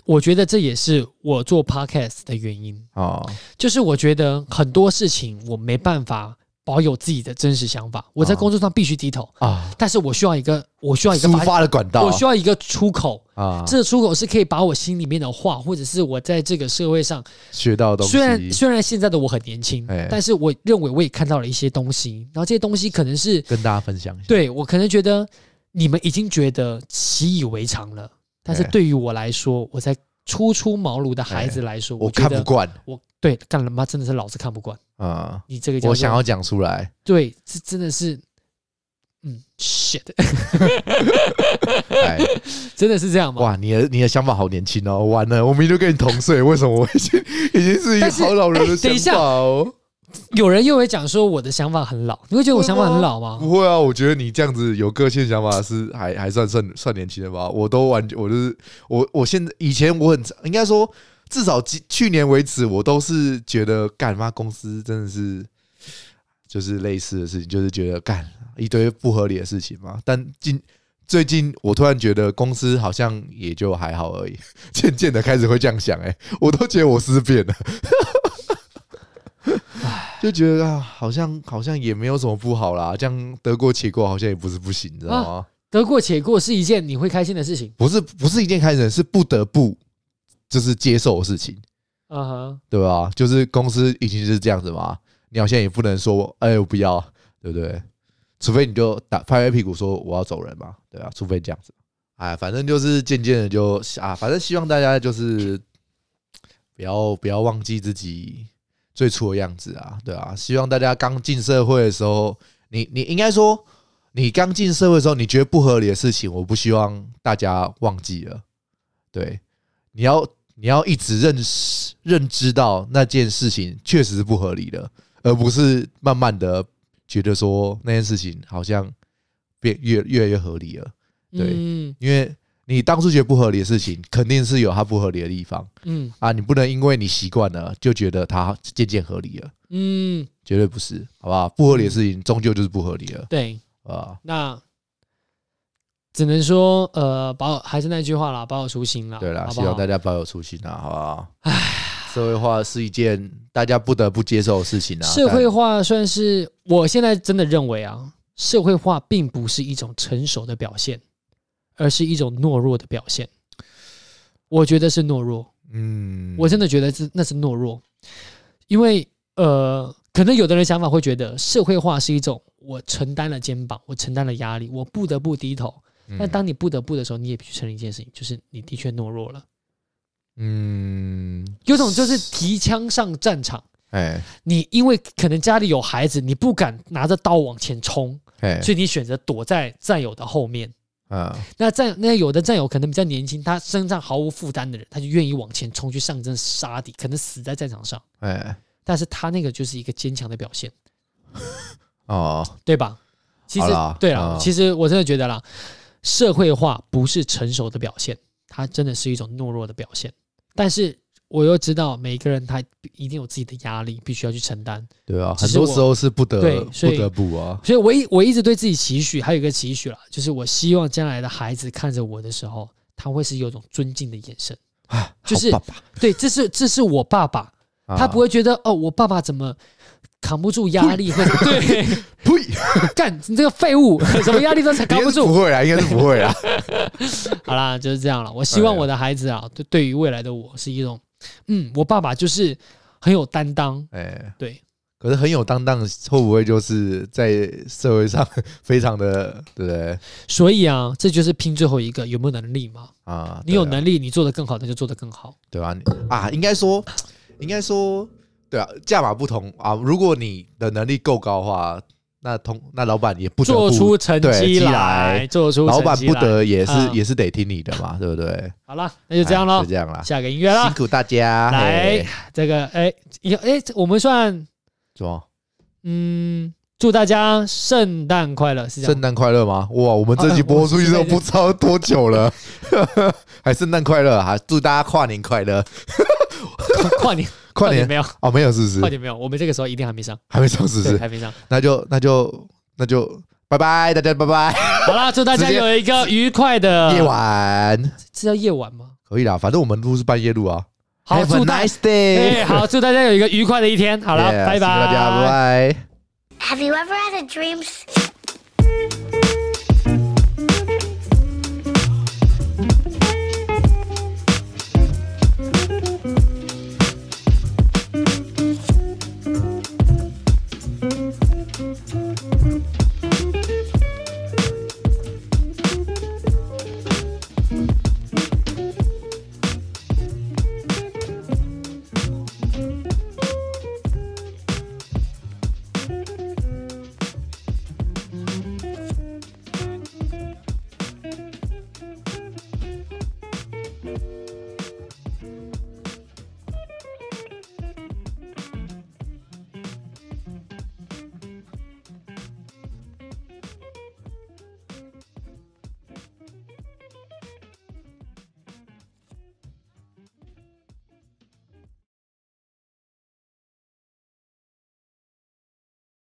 A: 我觉得这也是我做 podcast 的原因，
B: 哦，
A: 就是我觉得很多事情我没办法保有自己的真实想法，我在
B: 哦
A: 工作上必须低头，
B: 啊，
A: 但是我需要一个，我需要一个
B: 抒
A: 发，
B: 发的管道
A: 我需要一个出口。
B: 啊，
A: 这个出口是可以把我心里面的话，或者是我在这个社会上，
B: 学到的东西
A: 虽然虽然现在的我很年轻
B: 哎，
A: 但是我认为我也看到了一些东西，然后这些东西可能是
B: 跟大家分享一下。
A: 对我可能觉得你们已经觉得习以为常了，但是
B: 哎
A: 对于我来说，我在初出茅庐的孩子来说，
B: 我
A: 觉
B: 看不
A: 得
B: 惯
A: 我对干了妈真的是老子看不惯
B: 啊、
A: 你这个叫做
B: 我想要讲出来。
A: 对，这真的是嗯 shit，
B: 哎，
A: 真的是这样吗？
B: 哇，你的你的想法好年轻哦！完了，我明天就跟你同岁，为什么我已经 已经是一个
A: 但是
B: 好老人的
A: 哎等一
B: 想法哦？
A: 有人又会讲说我的想法很老，你会觉得我想法很老吗？
B: 不会啊，我觉得你这样子有个性的想法是还还算算算年轻的吧？我都完，我就是我我现在以前我很应该说，至少今去年为止，我都是觉得干妈公司真的是就是类似的事情，就是觉得干一堆不合理的事情嘛。但近最近我突然觉得公司好像也就还好而已，渐渐的开始会这样想、欸，哎，我都觉得我思变了。就觉得啊，好像好像也没有什么不好啦，这样得过且过好像也不是不行，你知道吗？
A: 得过且过是一件你会开心的事情。
B: 不是不是一件开始，是不得不就是接受的事情，
A: 嗯哼，
B: 对吧？就是公司已经是这样子嘛，你好像也不能说哎、我不要，对不对？除非你就打拍拍屁股说我要走人嘛，对啊，除非这样子。哎，反正就是渐渐的就啊，反正希望大家就是不要不要忘记自己最初的样子啊，对啊，希望大家刚进社会的时候，你你应该说你刚进社会的时候，你觉得不合理的事情，我不希望大家忘记了。对，你要你要一直认识认知到那件事情确实是不合理的，而不是慢慢的觉得说那件事情好像变越越来越合理了。对
A: 嗯
B: 因为你当初觉得不合理的事情，肯定是有它不合理的地方
A: 嗯
B: 啊，你不能因为你习惯了就觉得它渐渐合理了，
A: 嗯，
B: 绝对不是，好不好？不合理的事情终究就是不合理了
A: 对，
B: 啊。
A: 那只能说呃，保还是那句话啦，保有初心啦。
B: 对啦，
A: 好不
B: 希
A: 好
B: 望大家保有初心啊，好不好？ 唉，社会化是一件大家不得不接受的事情啊。
A: 社会
B: 但
A: 化算是我现在真的认为啊，社会化并不是一种成熟的表现，而是一种懦弱的表现。我觉得是懦弱，
B: 嗯，
A: 我真的觉得是那是懦弱，因为呃，可能有的人想法会觉得社会化是一种我承担了肩膀，我承担了压力，我不得不低头。
B: 嗯
A: 但当你不得不的时候，你也必须承认一件事情，就是你的确懦弱了。
B: 嗯，
A: 有种就是提枪上战场，
B: 哎
A: 你因为可能家里有孩子，你不敢拿着刀往前冲，
B: 哎
A: 所以你选择躲在战友的后面。
B: 啊
A: 那战那有的战友可能比较年轻，他身上毫无负担的人，他就愿意往前冲去上阵杀敌，可能死在战场上。
B: 哎
A: 但是他那个就是一个坚强的表现，
B: 哦，
A: 对吧？其实
B: 好啦
A: 对啦，
B: 嗯
A: 其实我真的觉得啦，社会化不是成熟的表现，它真的是一种懦弱的表现。但是我又知道每个人他一定有自己的压力，必须要去承担。
B: 对啊，
A: 其
B: 很
A: 实
B: 多
A: 我
B: 时候是不得
A: 对所
B: 不
A: 以
B: 得不啊，
A: 所以我一我一直对自己期许，还有一个期许啦，就是我希望将来的孩子看着我的时候，他会是有种尊敬的眼神。就是
B: 啊好爸啊
A: 对，这是这是我爸爸，
B: 爸
A: 他不会觉得哦，我爸爸怎么扛不住压力， 或者对，
B: 呸，
A: 干你这个废物，什么压力都才扛
B: 应该
A: 不
B: 是不
A: 住。
B: 会啦，应该是不会 啦。
A: 好啦，就是这样了。我希望
B: 哎呀
A: 我的孩子啊，对对于未来的我是一种，嗯，我爸爸就是很有担当，
B: 哎，
A: 对，
B: 可是很有担当，会不会就是在社会上非常的对不对
A: 所以啊，这就是拼最后一个有没有能力嘛。
B: 啊？
A: 你有
B: 对啊
A: 能力，你做得更好，那就做得更好。
B: 对吧、你啊，应该说，应该说，对啊，价码不同啊。如果你的能力够高的话，那同那老板也不得不
A: 做出成
B: 对
A: 绩
B: 绩
A: 来，
B: 来
A: 做出
B: 老
A: 成
B: 板
A: 绩
B: 不
A: 来
B: 得也是、
A: 嗯
B: 也是得听你的嘛，对不对？哎
A: 好了，那就这样喽
B: 就，这样啊啦，
A: 下个音乐啦
B: 辛。苦大家。
A: 来
B: 嘿，
A: 这个哎，有哎，这我们算
B: 什么？
A: 嗯，祝大家圣诞快乐，是这样
B: 圣
A: 吗。
B: 诞快乐吗？哇，我们 这集播出去都不知道多久了， 还圣诞快乐啊！祝大家跨年快乐，
A: 跨年，
B: 跨年
A: 没有，
B: 哦，没有是不
A: 跨
B: 是？
A: 年没有，我们这个时候一定还没上，
B: 还没上是不
A: 对，
B: 是？
A: 还没上。
B: 那就那就那就拜拜，大家拜拜，
A: 好啦，祝大家
B: 直接
A: 有一个愉快的
B: 夜，晚
A: 是叫夜晚吗？
B: 可以啦，反正我们录是半夜录啊。
A: 好，
B: Have a
A: 祝大
B: nice day，
A: 哎，好，祝大家有一个愉快的一天。好了
B: Yeah，，
A: 拜拜，
B: 辛苦大家拜拜。
C: Have you ever had a dream s-